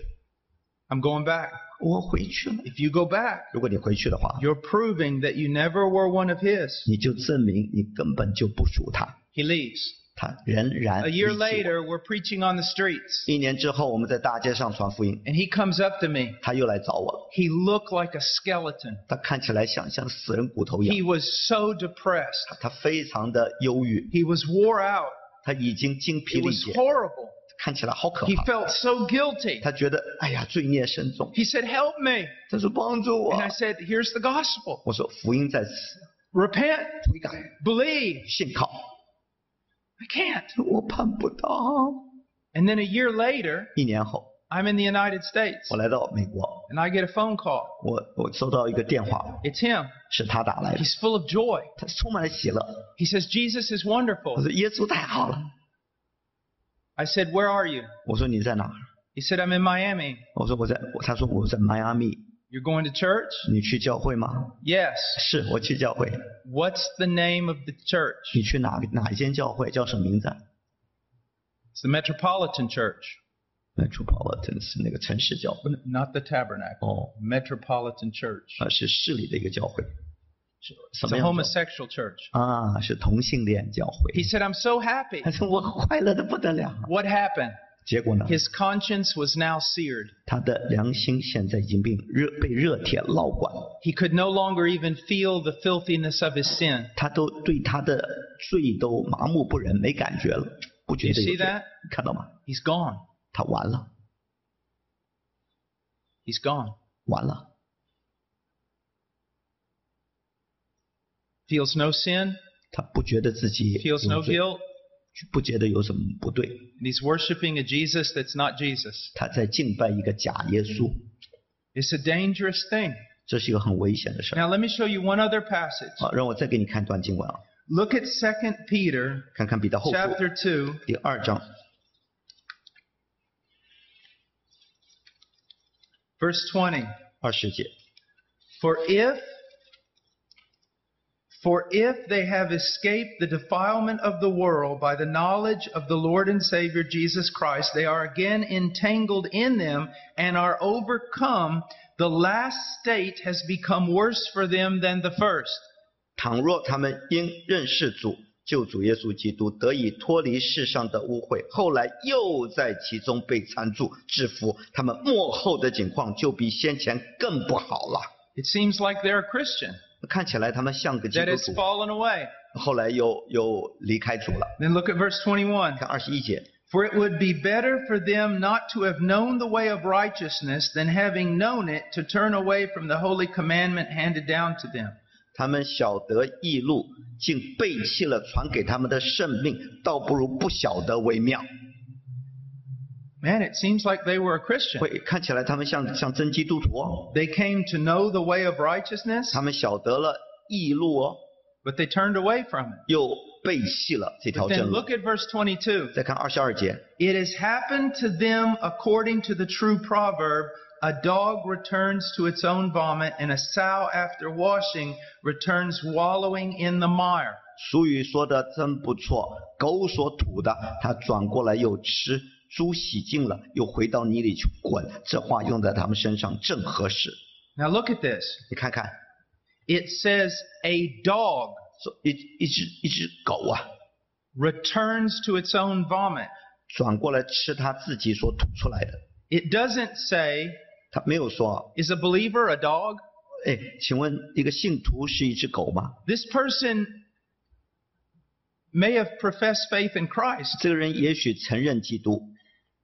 B: I'm going back.
A: 我回去了。
B: If you go back,
A: 如果你回去的话，
B: you're proving that you never were one of his.
A: 你就证明你根本就不属他，
B: He leaves.
A: 他仍然
B: A
A: 离弃
B: year
A: 我。
B: later, we're preaching on the streets.
A: 一年之后，我们在大街上传福音，
B: And he comes up to me.
A: 他又来找我了。
B: He looked like a skeleton.
A: 他看起来像像死人骨头一
B: He
A: 样，
B: was so depressed.
A: 他非常的忧郁，
B: He was wore out.
A: 他已经精疲
B: It
A: 力
B: was
A: 竭，
B: horrible.
A: 看起来好可
B: He
A: 怕。
B: felt so guilty.
A: 他觉得哎呀，罪孽深重。
B: He said, Help me.
A: 他说帮助我
B: And。I said, Here's the gospel
A: 我说福音在此，
B: repent,
A: 悔改
B: believe.
A: 信靠。
B: I can't.
A: 我办不到。
B: And then a year later,
A: 一年后，
B: I'm in the United States
A: 我来到美国，
B: and I get a phone call.
A: 我我收到一个电话，
B: It's him.
A: 是他打来的，
B: He's full of joy.
A: 他充满了喜乐。
B: He says, Jesus is
A: 我
B: wonderful.
A: 说耶稣太好了。
B: I said, Where are you?
A: 我说你在哪儿？
B: He said, I'm in Miami.
A: 我说我在，我他说我在迈阿密。
B: You're going to church?
A: 你去教会吗？
B: Yes.
A: 是我去教会。
B: What's the name of the church?
A: 你去哪哪一间教会？叫什么名字啊
B: It's the Metropolitan Church,
A: 呃？Metropolitan 是那个城市教会。
B: not the Tabernacle.
A: 哦，
B: Metropolitan Church.
A: 啊，是市里的一个教会。是什
B: It's
A: 么
B: a
A: 样的教
B: homosexual church.
A: 会？啊，是同性恋教会
B: He。said, I'm so happy.
A: 他说我快乐的不得了。啊
B: What happened?
A: 结果呢？
B: His conscience was now seared.
A: 他的良心现在已经被热被热铁烙管，
B: He could no longer even feel the filthiness of his sin.
A: 他都对他的罪都麻木不仁，没感觉了，不觉
B: You
A: 得有
B: see
A: 罪
B: that?
A: 看到吗？
B: He's gone.
A: 他完了，
B: He's gone.
A: 完了，
B: Feels no sin,
A: 他不觉得自己
B: feels no
A: 有罪，
B: guilt,
A: 不觉得有什么不对，
B: and he's worshiping a Jesus that's not Jesus.
A: 他在敬拜一个假耶稣，
B: It's a dangerous thing.
A: 这是一个很危险的事儿。
B: Now let me show you one other passage.
A: 好，让我再给你看一段经文啊，
B: Look at 2 Peter
A: 看看彼得后书
B: chapter 2
A: 第二章
B: verse 20.
A: 二十节，
B: For if for if they have escaped the defilement of the world by the knowledge of the Lord and Savior Jesus Christ, they are again entangled in them and are overcome. The last state has become worse for them than the first.
A: 倘若他们因认识主救主耶稣基督，得以脱离世上的污秽，后来又在其中被缠住、制服，他们幕后的景况就比先前更不好了。
B: It seems like they're a Christian
A: 看起来他们像个基
B: that
A: 督
B: has
A: 徒，
B: fallen away.
A: 后来又又离开主了。
B: Then look at verse 21.
A: 看二十一节，
B: For it would be better for them not to have known the way of righteousness than having known it to turn away from the holy commandment handed down to them.
A: 他们晓得异路，竟背弃了传给他们的圣命，倒不如不晓得为妙。
B: Man, it seems like they were a Christian.
A: 会看起来他们像像真基督徒哦，
B: They came to know the way of righteousness,
A: 他们晓得了异路哦，
B: but they turned away from it.
A: 又背弃了这条
B: Then
A: 正路。
B: look at verse 22.
A: 再看二十二节，
B: It has happened to them according to the true proverb a dog returns to its own vomit, and a sow after washing returns wallowing in the mire.
A: 俗语说的真不错，狗所吐的，它转过来又吃；猪洗净了，又回到泥里去滚。这话用在他们身上正合适。
B: Now look at this.
A: 你看看，
B: It says a dog
A: 说一一只一只狗啊，
B: returns to its own vomit.
A: 转过来吃它自己所吐出来的。
B: It doesn't say,
A: 他没有说，
B: is a believer a dog?
A: 哎，请问一个信徒是一只狗吗？
B: This person may have professed faith in Christ,
A: 这个人也许承认基督，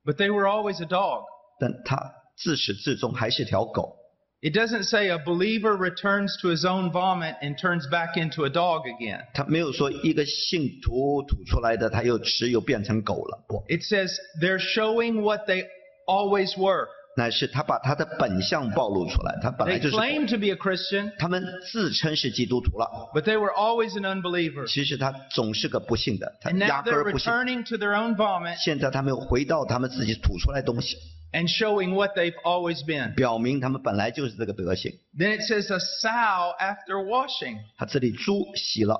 B: but they were always a dog.
A: 但他自始至终还是条狗。
B: It doesn't say a believer returns to his own vomit and turns back into a dog again.
A: 他没有说一个信徒吐出来的，他又吃又变成狗了，不，
B: It says they're showing what they always were.
A: 乃是他把他的本相暴露出来。他本来
B: They
A: 就是狗
B: claim to be a Christian,
A: 他们自称是基督徒了，
B: but they were always an unbeliever.
A: 其实他总是个不信的，他
B: And
A: 压
B: now
A: 根
B: they're
A: 儿不信。
B: returning to their own vomit
A: 现在他们又回到他们自己吐出来的东西，
B: and showing what they've always been.
A: 表明他们本来就是这个德行。
B: Then it says a sow after washing.
A: 他这里猪洗了，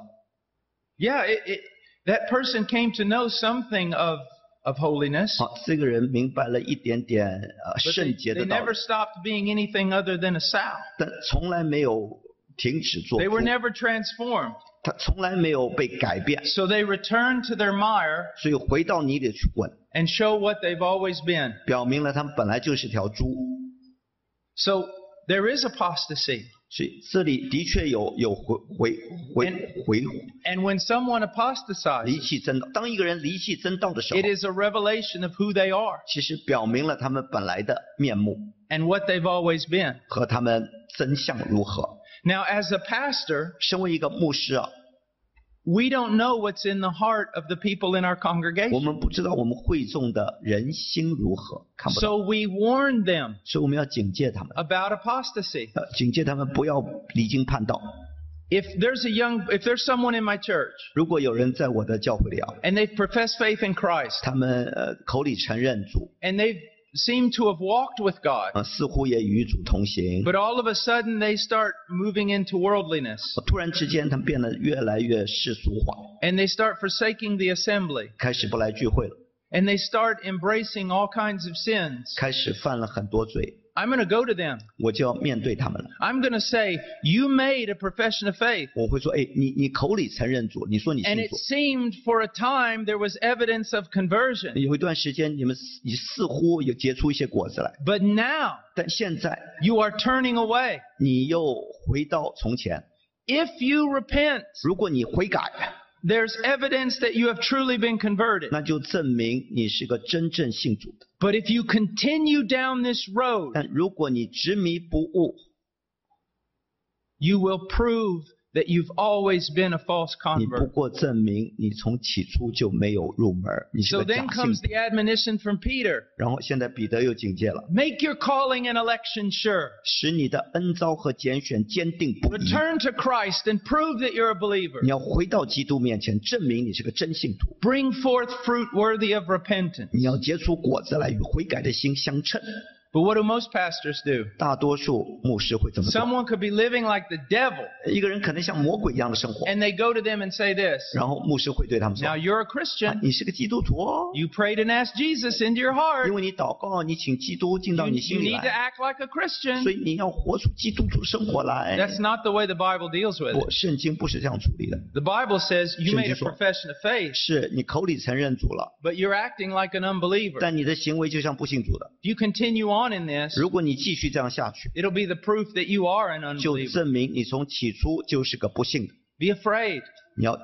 B: Yeah, it, it, that person came to know something of, of holiness,
A: 好，这个人明白了一点点呃
B: but they,
A: 圣洁
B: they
A: 的道理
B: never，stopped being anything other than a sow.
A: 但从来没有停止做
B: They
A: 猪
B: were，never transformed.
A: 他从来没有被改变，
B: So they return to their mire
A: 所以回到泥里去滚，
B: and show what they've always been.
A: 表明了他们本来就是条猪。
B: So there is apostasy.
A: 所以这里的确有有回回回回
B: And when someone
A: 离
B: apostatizes,
A: 弃真道。当一个人离弃真道的时候
B: it，is a revelation of who they are
A: 其实表明了他们本来的面目
B: and what they've always been.
A: 和他们真相如何。
B: Now, as a pastor,
A: 身为一个牧师啊，
B: we don't know what's in the heart of the people in
A: 我
B: our congregation.
A: 们不知道我们会众的人心如何，看不到，
B: So we warn them
A: 所以我们要警戒他们，
B: about apostasy.
A: 呃，警戒他们不要离经叛道。
B: If there's a young, if there's someone in my church
A: 如果有人在我的教会里啊，
B: and they've professed faith in Christ
A: 他们呃口里承认主，
B: and they've seemed to have walked with God,
A: 呃，似乎也与主同行，
B: but all of a sudden they start moving into worldliness
A: 突然之间他们变得越来越世俗化，
B: and they start forsaking the assembly
A: 开始不来聚会了，
B: and they start embracing all kinds of sins.
A: 开始犯了很多罪，
B: I'm going to go to them.
A: 我就要面对他们了。
B: I'm going to say, You made a profession of faith.
A: 我会说，哎，你你口里承认主，你说你信
B: And it
A: 主，
B: seemed for a time there was evidence of conversion.
A: 有一段时间你们你似乎有结出一些果子来，
B: But now
A: 但现在
B: you are turning away.
A: 你又回到从前。
B: If you repent,
A: 如果你悔改，
B: there's evidence that you have truly been converted.
A: 那就证明你是个真正信主的。
B: But if you continue down this road,
A: 但如果你执迷不悟，
B: you will prove that you've always been a false
A: 你不
B: convert.
A: 过证明你从起初就没有入门，你是
B: So
A: 个假信
B: then comes
A: 徒。
B: the admonition from Peter
A: 然后现在彼得又警戒了，
B: make your calling and election sure.
A: 使你的恩招和拣选坚定不移。
B: Return to Christ and prove that you're a believer.
A: 你要回到基督面前，证明你是个真信徒。
B: Bring forth fruit worthy of repentance.
A: 你要结出果子来，与悔改的心相称。
B: But what do most pastors do?
A: 大多数牧师会怎么做？
B: Someone could be living like the devil,
A: 一个人可能像魔鬼一样的生活，
B: and they go to them and say this
A: 然后牧师会对他们说
B: Now you're a：“
A: 啊
B: Christian.
A: 你是个基督徒哦，
B: You prayed and asked Jesus into your
A: 因
B: heart.
A: 为你祷告，你请基督进
B: You,
A: 到你心
B: you
A: 里
B: need to
A: 来，
B: act like a Christian.
A: 所以你要活出基督徒的生活来。
B: That's not the way the Bible deals with
A: 不，
B: it.
A: 圣经不是这样处理的，
B: The Bible says you made a
A: 圣经说-
B: profession of faith,
A: 是你口里承认主了，
B: but you're acting like an unbeliever. If
A: 但你的行为就像不信主的。
B: you continue on in this,
A: 如果你继续这样下去，
B: it'll be the proof that you are an
A: 就
B: unbeliever.
A: 证明你从起初就是个不信的。
B: Be afraid.
A: 你要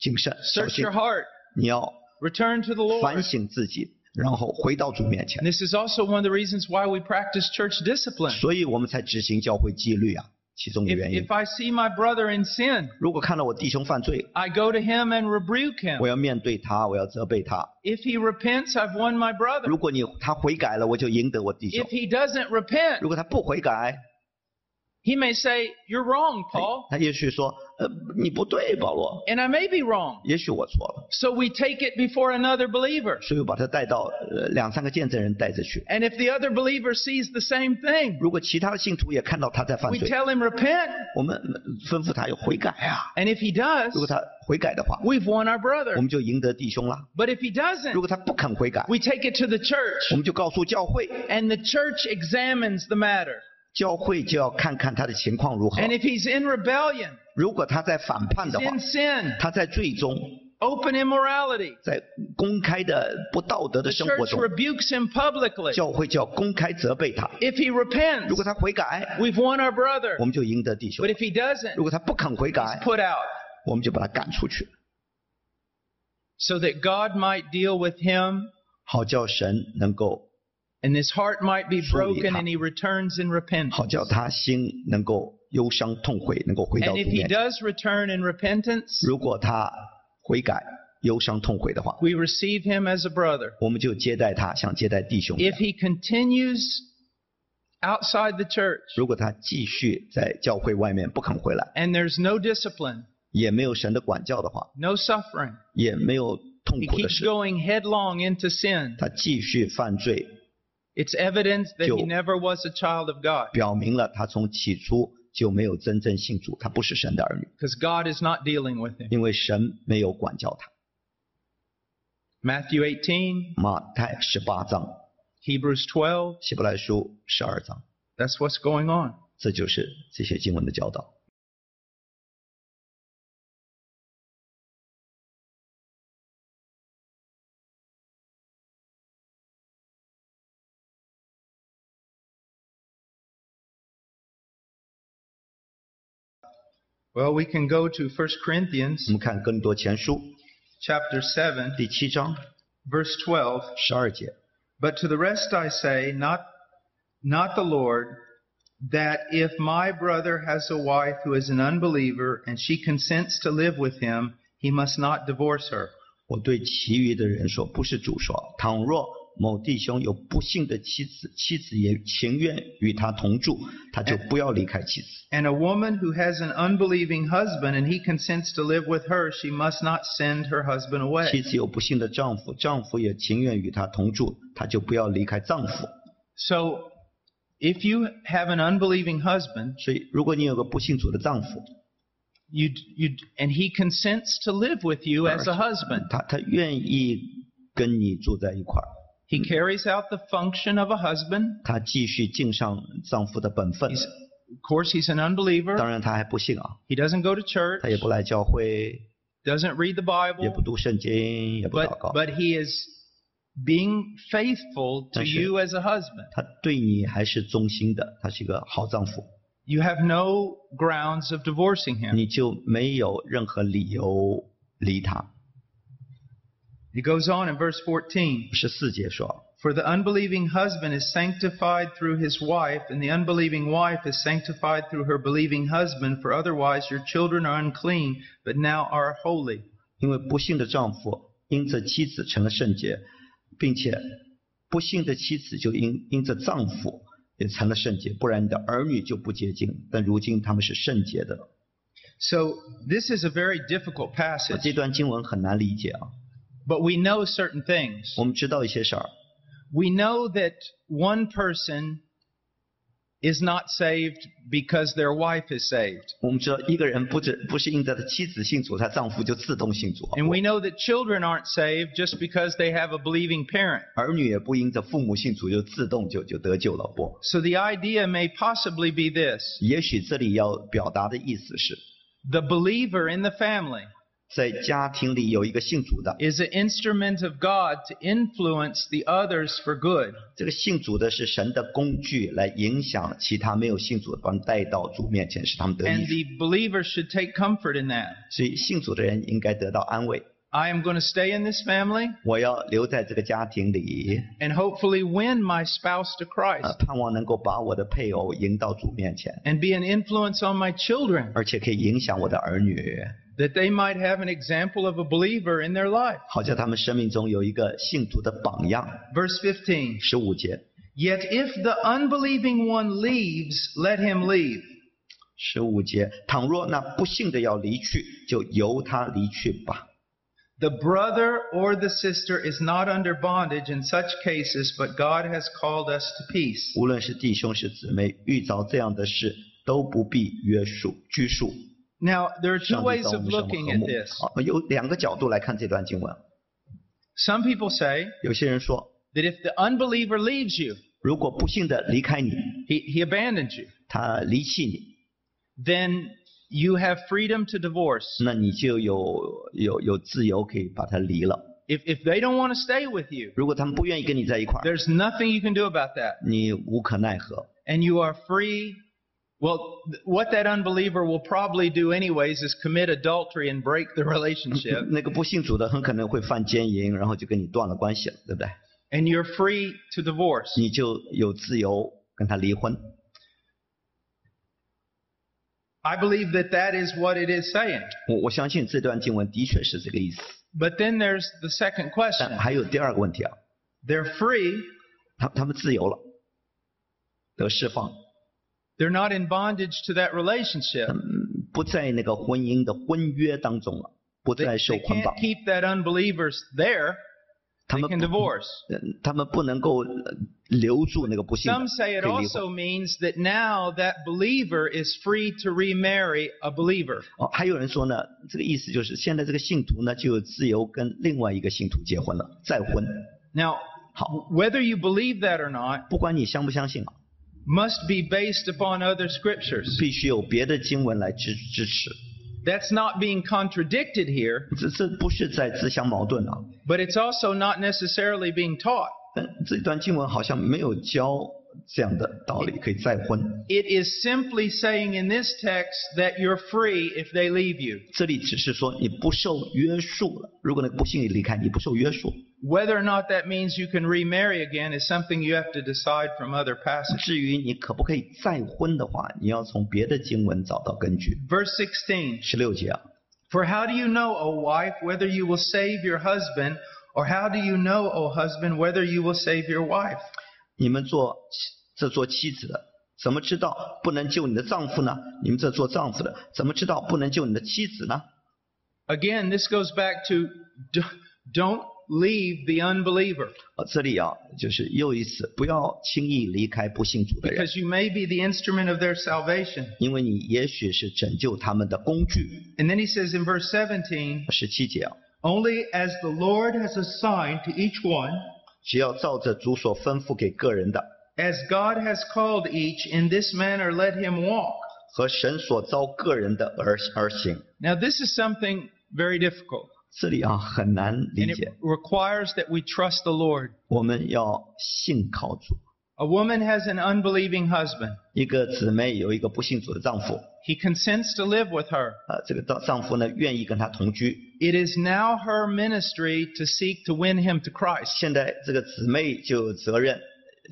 A: 谨慎小
B: Search
A: 心
B: your，heart.
A: 你要
B: Return to the Lord.
A: 反省自己，然后回到主面前
B: And。this is also one of the reasons why we practice church discipline.
A: 所以我们才执行教会纪律啊。其中的原
B: If,
A: 因
B: if。I see my brother in sin,
A: 如果看到我弟兄犯罪，
B: I go to him and rebuke
A: 我
B: him.
A: 要面对他，我要责备他。
B: If he repents, I've won my brother.
A: 如果你他悔改了，我就赢得我弟兄
B: If；he doesn't repent,
A: 如果他不悔改，
B: he may say, You're wrong, Paul.
A: 他也许说：“呃，你不对，保罗，
B: And I may be wrong.
A: 也许我错了。
B: So we take it before another believer. ”
A: 所以我把他带到呃两三个见证人带着去。
B: And if the other believer sees the same thing,
A: 如果其他的信徒也看到他在犯
B: we
A: 罪，
B: tell him, Repent.
A: 我们呃吩咐他要悔改啊。
B: And if he
A: 如果
B: does,
A: 他悔改的话，
B: we've won our brother.
A: 我们就赢得弟兄了。
B: But if he
A: 如
B: doesn't,
A: 果他不肯悔改，
B: we take it to the church.
A: 我们就告诉教会，
B: And the church examines the matter.
A: 教会就要看看他的情况如何。
B: And if he's in rebellion,
A: 如果他在反叛的话，
B: in sin,
A: 他在最终
B: open immorality,
A: 在公开的不道德的
B: the
A: 生活
B: church
A: 中，
B: rebukes him publicly.
A: 教会就要公开责备他。
B: If he
A: 如
B: repents,
A: 果他悔改，
B: we've won our brother.
A: 我们就赢得弟兄
B: But；if he doesn't,
A: 如果他不肯悔
B: he's
A: 改，
B: put out.
A: 我们就把他赶出去，
B: So that God might deal with him
A: 好叫神能够，
B: and his heart might be
A: 处
B: broken
A: 理他。
B: and he returns in repentance.
A: 好叫他心能够忧伤痛悔，能够回到
B: And
A: 主
B: if he
A: 面前。
B: does return in repentance,
A: 如果他悔改、忧伤痛悔的话，
B: we receive him as a brother.
A: 我们就接待他，像接待弟兄一样。
B: If he continues outside the church
A: 如果他继续在教会外面不肯回来，
B: and there's no discipline,
A: 也没有神的管教的话，
B: no suffering,
A: 也没有痛
B: he
A: 苦的
B: keeps
A: 事，
B: going headlong into sin,
A: 他继续犯罪，
B: it's evidence that he
A: 就-
B: never was a child of God
A: 表明了他从起初就没有真正信主，他不是神的儿女，
B: because God is not dealing with him.
A: 因为神没有管教他。
B: Matthew 18,
A: 马太十八章，
B: Hebrews 12,
A: 希伯来书十二章，
B: that's what's going on.
A: 这就是这些经文的教导。
B: Well, we can go to 1 Corinthians
A: 我们看更多前书
B: chapter 7,
A: 第七章
B: verse 12.
A: 十二节，
B: But to the rest I say, not, not the Lord, that if my brother has a wife who is an unbeliever and she consents to live with him, he must not divorce her.
A: 我对其余的人说，不是主说，倘若某弟兄有不幸的妻子，妻子也情愿与他同住，他就不要离开妻子。
B: And a woman who has an unbelieving husband and he consents to live with her, she must not send her husband
A: 妻
B: away.
A: 子有不幸的丈夫，丈夫也情愿与她同住，她就不要离开丈夫。
B: So, if you have an unbelieving husband,
A: 所以，如果你有个不信主的丈夫，
B: you you and he consents to live with you as a husband,
A: 他他愿意跟你住在一块儿，
B: he carries out the function of a husband.
A: 他继续尽上丈夫的本分。
B: He's, of course, he's an unbeliever.
A: 当然，他还不信啊，
B: He doesn't go to church,
A: 他也不来教会，
B: doesn't read the
A: 也不
B: Bible,
A: 读圣经，也不祷
B: but
A: 告。
B: but he is being faithful to
A: That's it.
B: you as a husband.
A: 他对你还是忠心的，他是一个好丈夫，
B: You have no grounds of divorcing him.
A: 你就没有任何理由离他。
B: He goes on in verse 14
A: 十四节说，
B: For the unbelieving husband is sanctified through his wife, and the unbelieving wife is sanctified through her believing husband, for otherwise your children are unclean, but now are holy.
A: 因为不幸的丈夫因着妻子成了圣洁，并且不幸的妻子就因因着丈夫也成了圣洁，不然你的儿女就不洁净。但如今他们是圣洁的了。
B: So this is a very difficult
A: 这
B: passage,
A: 段经文很难理解啊，
B: but we know certain things.
A: 我们知道一些事儿，
B: we know that one person is not saved because their wife is saved.
A: 我们知道一个人不只不是因着他妻子信主，他丈夫就自动信主啊，
B: And we know that children aren't saved just because they have a believing parent.
A: 儿女也不因着父母信主就自动就就得救了不？
B: So the idea may possibly be this
A: 也许这里要表达的意思是。
B: the believer in the family
A: 在家庭里有一个信主的，
B: is an instrument of God to influence the others for good.
A: 这个信主的是神的工具，来影响其他没有信主的，把他们带到主面前，使他们得
B: And
A: 益处。
B: the believer should take comfort in that.
A: 所以信主的人应该得到安慰。
B: I am going to stay in this family
A: 我要留在这个家庭里，
B: and hopefully win my spouse to
A: 呃，
B: Christ
A: 盼望能够把我的配偶迎到主面前，
B: and be an influence on my children
A: 而且可以影响我的儿女，
B: that they might have an example of a believer in their life.
A: 好叫他们生命中有一个信徒的榜样。
B: Verse 15.
A: 十五节，
B: Yet if the unbelieving one leaves, let him leave.
A: 十五节，倘若那不幸的要离去，就由他离去吧。
B: The brother or the sister is not under bondage in such cases, but God has called us to peace.
A: 无论是弟兄是姊妹，遇着这样的事，都不必约束拘束。
B: Now, there are two
A: 上帝
B: ways
A: 造我
B: of
A: 们生活和
B: looking at
A: 睦
B: this.
A: 好有两个角度来看这段经文。
B: Some people say
A: 有些人说，
B: that if the unbeliever leaves you,
A: 如果不幸的离开你，
B: he, he abandons you,
A: 他离弃你，
B: then you have freedom to divorce.
A: 那你就有有有自由可以把他离了。
B: If, if they don't want to stay with you,
A: 如果他们不愿意跟你在一块儿，
B: there's nothing you can do about that.
A: 你无可奈何。
B: and you are free. Well, th- what that unbeliever will probably do, anyways, is commit adultery and break the relationship.
A: 那个不信主的很可能会犯奸淫，然后就跟你断了关系了，对不对？
B: and you're free to divorce.
A: 你就有自由跟他离婚。
B: I believe that that is what it is saying.
A: 我我相信这段经文的确是这个意思。
B: But then there's the second
A: 但
B: question
A: 还有第二个问题啊，
B: they're free,
A: 他他们自由了，得释放，
B: they're not in bondage to that relationship.
A: 嗯，不在那个婚姻的婚约当中了，不
B: They,
A: 再受
B: they
A: 捆
B: can't
A: 绑。
B: keep that unbeliever there,
A: 他
B: they
A: 们
B: can
A: 不，
B: divorce.
A: 嗯他们不能够呃留住那个不幸的
B: Some，say it
A: 可以离
B: also
A: 婚。
B: means that now that believer is free to remarry a believer.
A: 哦，还有人说呢，这个意思就是现在这个信徒呢就有自由跟另外一个信徒结婚了，再婚。
B: Now,
A: 好，
B: whether you believe that or not,
A: 不管你相不相信啊，
B: must be based upon other scriptures.
A: 必须有别的经文来支支持。
B: That's not being contradicted here,
A: 这这不是在自相矛盾啊，
B: but it's also not necessarily being taught.
A: 但这段经文好像没有教这样的道理，可以再婚。
B: It is simply saying in this text that you're free if they leave you.
A: 这里只是说你不受约束了。如果那个不幸你离开，你不受约束。
B: Whether or not that means you can remarry again is something you have to decide from other passages.
A: 至于你可不可以再婚的话，你要从别的经文找到根据。
B: Verse 16
A: 十六节啊，
B: For how do you know, O wife, whether you will save your husband? Or how do you know, O husband, whether you will save your wife?
A: 你们做这做妻子的，怎么知道不能救你的丈夫呢？你们这做丈夫的，怎么知道不能救你的妻子呢？
B: Again, this goes back to d- don't leave the unbeliever.
A: 啊，这里啊，就是又一次，不要轻易离开不信主的人，
B: because you may be the instrument of their salvation.
A: 因为你也许是拯救他们的工具。
B: And then he says in verse 17,
A: 十七节啊，
B: only as the Lord has assigned to each one,
A: 只要照着主所吩咐给个人的，
B: as God has called each, in this manner let him walk.
A: 和神所招个人的而而行。
B: Now, this is something very difficult,
A: 这里啊很难
B: and
A: 理
B: it
A: 解，
B: requires that we trust the Lord.
A: 我们要信靠主。
B: A woman has an unbelieving husband.
A: 一个姊妹有一个不信主的丈夫，
B: He consents to live with her.
A: 啊，这个丈丈夫呢愿意跟她同居。
B: It is now her ministry to seek to win him to Christ,
A: 现在这个姊妹就有责任，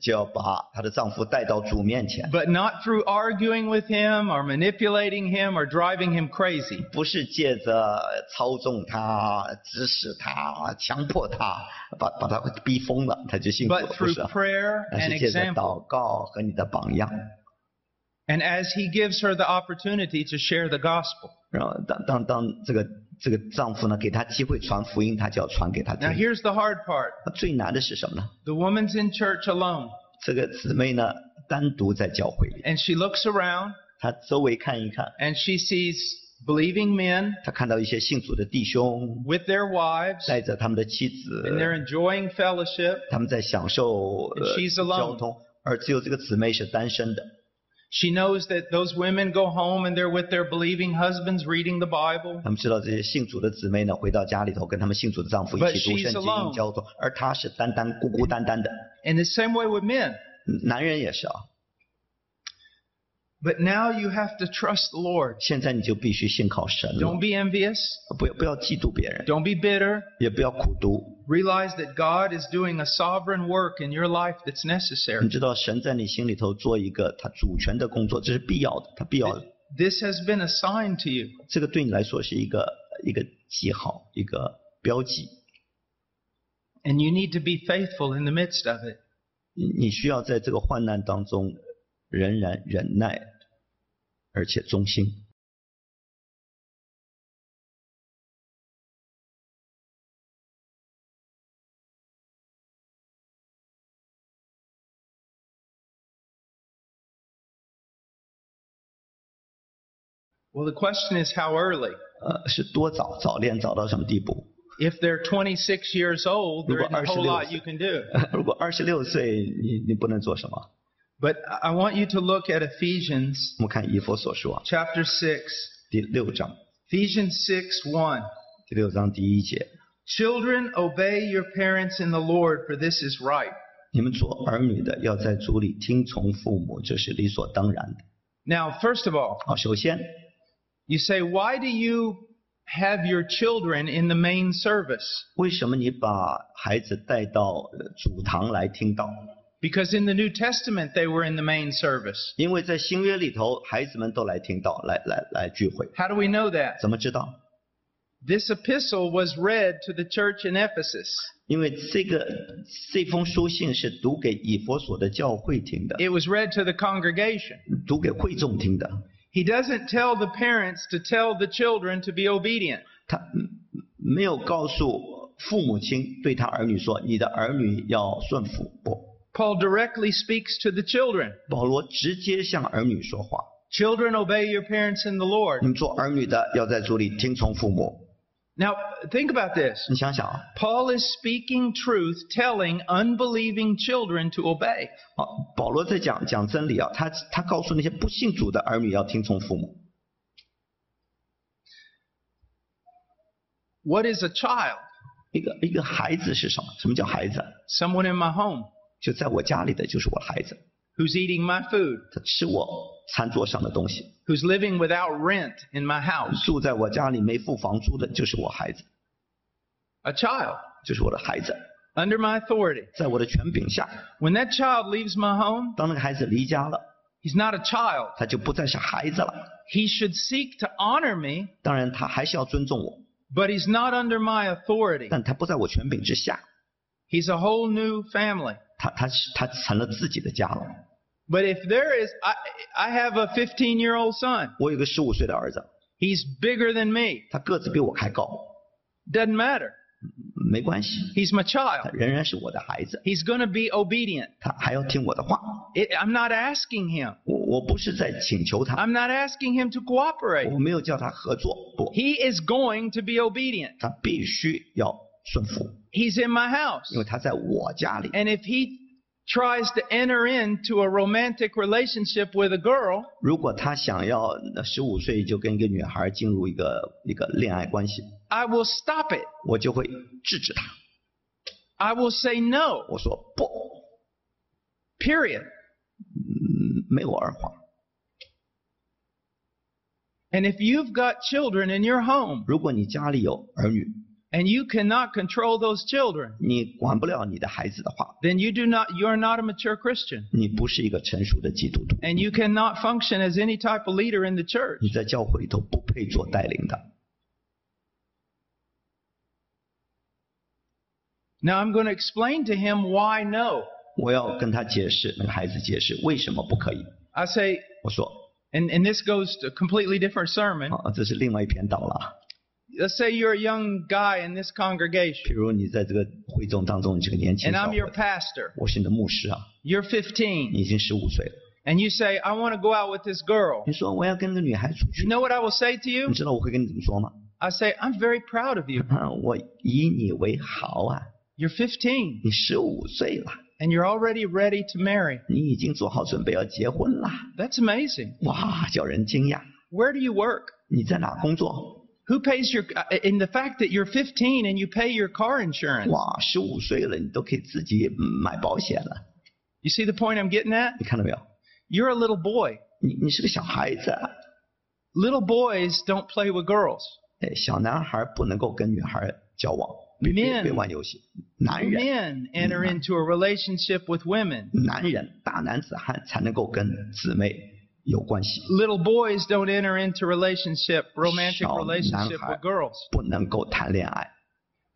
A: 就要把她的丈夫带到主面前，
B: but not through arguing with him or manipulating him or driving him crazy.
A: 不是借着操纵他、指使他、强迫他，把把他逼疯了，他就信主了
B: but，
A: 不
B: through
A: 是啊？
B: prayer
A: 而
B: and
A: 是借着
B: example.
A: 祷告和你的榜样。
B: And as he gives her the opportunity to share the gospel.
A: 然后当当当这个这个丈夫呢，给他机会传福音，他就要传给他听。
B: Now here's the hard part.
A: 那最难的是什么呢？
B: The woman's in church alone
A: 这个姊妹呢，单独在教会里，
B: and she looks around
A: 她周围看一看，
B: and she sees believing men
A: 她看到一些信主的弟兄
B: with their wives
A: 带着他们的妻子，
B: and they're enjoying fellowship.
A: 他们在享受、呃
B: And she's alone.
A: 交通，而只有这个姊妹是单身的。
B: She knows that those women go home and they're with their believing husbands reading the Bible.
A: 他们知道这些信主的姊妹呢，回到家里头跟他们信主的丈夫一
B: But
A: 起读
B: she's
A: 圣经
B: alone.
A: 交通，而她是单单孤孤单单的。嗯啊
B: And the same way with men.
A: 男人也是啊，
B: But now you have to trust the Lord.
A: 现在你就必须信靠神了
B: Don't，be envious.
A: 不要不要嫉妒别人，
B: Don't be bitter.
A: 也不要苦读。
B: Realize that God is doing a sovereign work in your life that's
A: 你
B: necessary.
A: 知道神在你心里头做一个他主权的工作，这是必要的，他必要的。
B: This has been assigned to you.
A: 这个对你来说是一个一个记号，一个标记。
B: And you need to be faithful in the midst of it.
A: 你你需要在这个患难当中仍然忍耐，而且忠心。
B: Well, the question is how early?
A: 呃，是多早早恋早到什么地步？
B: If they're 26 years old, there
A: Well,
B: isn't a whole
A: actually,
B: lot you can do.
A: 如果二十六岁，你你不能做什么？
B: But I- I want you to look at Ephesians
A: 我们看以佛所说啊，
B: chapter 6,
A: 第六章，
B: Ephesians 6 1.
A: 第六章第一节，
B: Children, obey your parents in the Lord, for this is right.
A: 你们做儿女的要在主里听从父母，这是理所当然的。
B: Now, first of all,
A: 好，首先
B: you say, why do you have your children in the main service?
A: 为什么你把孩子带到呃主堂来听道？
B: Because in the New Testament, they were in the main service.
A: 因为在新约里头，孩子们都来听道，来来来聚会。
B: How do we know that?
A: 怎么知道？
B: This epistle was read to the church in Ephesus.
A: 因为这个这封书信是读给以佛所的教会听的，
B: It was read to the congregation.
A: 读给会众听的。
B: He doesn't tell the parents to tell the children to be obedient.
A: 他嗯没有告诉父母亲对他儿女说：“你的儿女要顺服。”不，
B: Paul directly speaks to the children.
A: 保罗直接向儿女说话
B: Children, obey your parents in the：“Lord.
A: 你们做儿女的要在主里听从父母。
B: Now, think about this. ”
A: 你想想啊，
B: Paul is speaking truth, telling unbelieving children to obey.
A: 啊保罗在讲讲真理啊，他他告诉那些不信主的儿女要听从父母。
B: What is a child?
A: 一个一个孩子是什么？什么叫孩子？啊
B: Someone in my home
A: 就在我家里的就是我孩子，
B: who's eating my food,
A: 他吃我餐桌上的东西。
B: who's living without rent in my house.
A: 住在我家里没付房租的就是我孩子，
B: A child
A: 就是我的孩子，
B: under my authority.
A: 在我的权柄下。
B: When that child leaves my home,
A: 当那个孩子离家了，
B: he's not a child.
A: 他就不再是孩子了。
B: He should seek to honor me,
A: 当然，他还是要尊重我，
B: but he's not under my authority.
A: 但他不在我权柄之下，
B: He's a whole new family.
A: 他他是他成了自己的家了。
B: But if there is, I, I have a 15 year old son.
A: 我有个十五岁的儿子，
B: He's bigger than me.
A: 他个子比我还高，
B: Doesn't matter.
A: 没关系，
B: He's
A: 他
B: my child.
A: 仍然是我的孩子，
B: He's going to be obedient.
A: 他还要听我的话。
B: It, I'm not asking him.
A: 我我不是在请求他，
B: I'm not asking him to cooperate.
A: 我没有叫他合作，不，
B: He is going to be obedient.
A: 他必须要顺服，
B: He's in my house.
A: 因为他在我家里。
B: And if he tries to enter into a romantic relationship with a girl,
A: 如果他想要十五岁就跟一个女孩进入一个一个恋爱关系，
B: I will stop it.
A: 我就会制止他。
B: I will say no,
A: 我说不，
B: period.
A: 嗯，没有二话。
B: And if you've got children in your home
A: 如果你家里有儿女，
B: and you cannot control those children,
A: 你管不了你的孩子的话，
B: then you do not you're not a mature Christian
A: 你不是一个成熟的基督徒，
B: and you cannot function as any type of leader in the church.
A: 你在教会里头不配做带领的。
B: Now I'm going to explain to him why no.
A: 我要跟他解释，那个孩子解释为什么不可以。
B: I say
A: 我说
B: and and this goes to a completely different sermon.
A: 啊，这是另外一篇道了啊。
B: Let's say you're a young guy in this
A: 比
B: congregation
A: 如你在这个会众当中，你是个年轻
B: and
A: 小
B: I'm your
A: 伙子，
B: pastor.
A: 我是你的牧师啊，
B: You're
A: 你
B: 15
A: 已经十五岁了。
B: and you say I want to go out with this girl.
A: 你说我要跟那个女孩出去
B: You，know what I will say to you?
A: 你知道我会跟你怎么说吗？
B: I say I'm very proud of you.
A: 啊，我以你为豪啊！
B: You're 15
A: 你十五岁了，
B: and you're already ready to marry.
A: 你已经做好准备要结婚了，
B: That's amazing.
A: 哇，叫人惊讶！
B: Where do you work?
A: 你在哪工作？
B: Who pays your uh, in the fact that you're 15 and you pay your car insurance?
A: 哇，十五岁了，你都可以自己买保险了，
B: You see the point I'm getting at?
A: 你看到没有？
B: You're a little boy.
A: 你你是个小孩子啊，
B: Little boys don't play with girls.
A: 哎，小男孩不能够跟女孩交往，别别
B: Men
A: 别玩游戏。男人，
B: Men enter into a relationship with women.
A: 男人，大男子汉才能够跟姊妹有关系，
B: Little boys don't enter into relationship, romantic
A: Shawn,
B: relationship
A: Namhar.
B: with girls.
A: 不能够谈恋爱。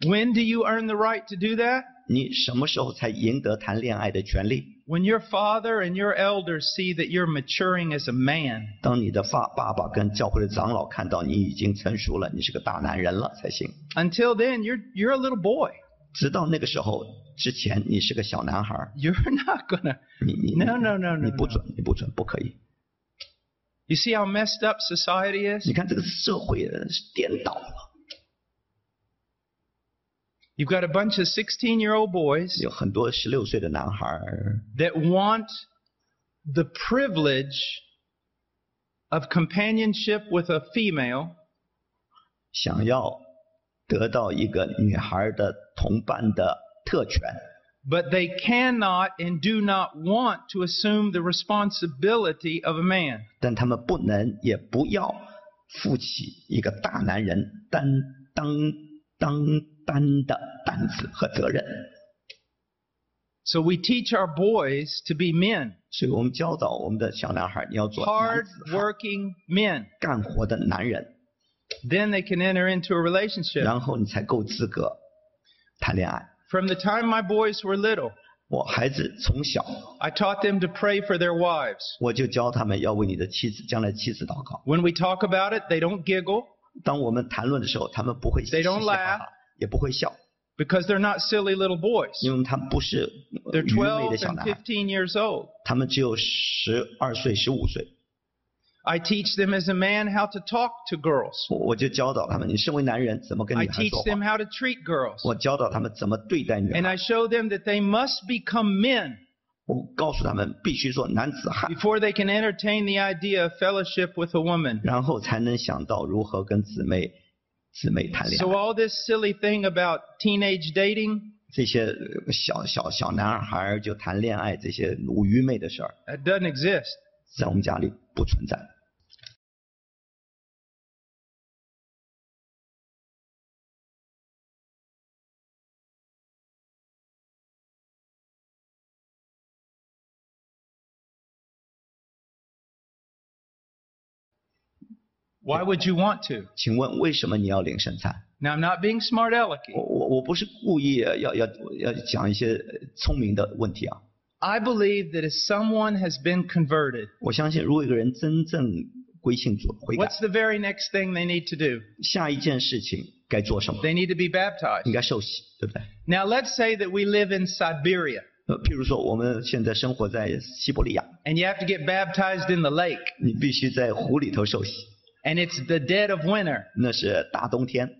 B: When do you earn the right to do that?
A: 你什么时候才赢得谈恋爱的权利？
B: When your father and your elders see that you're maturing as a man.
A: 当你的爸爸爸跟教会的长老看到你已经成熟了，你是个大男人了才行。
B: Until then, you're you're a little boy.
A: 直到那个时候之前，你是个小男孩儿，
B: You're not gonna.
A: 你你
B: No, no, no,
A: 你
B: no.
A: 不
B: no.
A: 准，你不准，不可以。
B: You see how messed up society
A: 你
B: is?
A: 看这个社会呃是颠倒了。
B: You've got a bunch of 16-year-old boys
A: 有很多十六岁的男孩儿，
B: that want the privilege of companionship with a female,
A: 想要得到一个女孩的同伴的特权，
B: but they cannot and do not want to assume the responsibility of a man.
A: 但他们不能也不要负起一个大男人担当当担的担子和责任。
B: So we teach our boys to be men,
A: 所以我们教导我们的小男孩，你要做男
B: hard
A: 子
B: working men.
A: 干活的男人，
B: Then they can enter into a relationship.
A: 然后你才够资格谈恋爱。
B: From the time my boys were little,
A: 我孩子从小
B: I taught them to pray for their wives.
A: 我就教他们要为你的妻子将来妻子祷告。
B: When we talk about it, they don't giggle
A: 当我们谈论的时候，他们不会
B: They
A: 嘻
B: don't
A: 嘻哈
B: laugh.
A: 哈，也不会笑，
B: because they're not silly little boys.
A: 因为他们不是呃
B: They're
A: 愚昧的
B: 12
A: 小
B: and
A: 男孩，
B: 15 years old.
A: 他们只有十二岁、十五岁。
B: I teach them as a man how to talk to girls.
A: 我我就教导他们，你身为男人怎么跟
B: I
A: 女孩
B: teach
A: 说
B: them
A: 话，
B: how to treat girls.
A: 我教导他们怎么对待女
B: And
A: 孩，
B: I show them that they must become men
A: 我告诉他们必须做男子汉，
B: before they can entertain the idea of fellowship with a woman.
A: 然后才能想到如何跟姊妹姊妹谈恋
B: So
A: 爱。
B: all this silly thing about teenage dating,
A: 这些呃小小小男孩儿就谈恋爱这些愚昧的事儿，
B: that doesn't exist.
A: 在我们家里不存在。
B: Why would you want to?
A: 请问为什么你要领圣餐？
B: Now I'm not being smart alecky.
A: 我我我不是故意呃要要要讲一些呃聪明的问题啊！
B: I believe that if someone has been converted,
A: 我相信，如果一个人真正归信主悔改，
B: what's the very next thing they need to do?
A: 下一件事情该做什么？
B: They need to be baptized.
A: 应该受洗，对不对？
B: Now let's say that we live in Siberia
A: 呃，譬如说，我们现在生活在西伯利亚，
B: and you have to get baptized in the lake
A: 你必须在湖里头受洗，
B: and it's the dead of winter
A: 那是大冬天。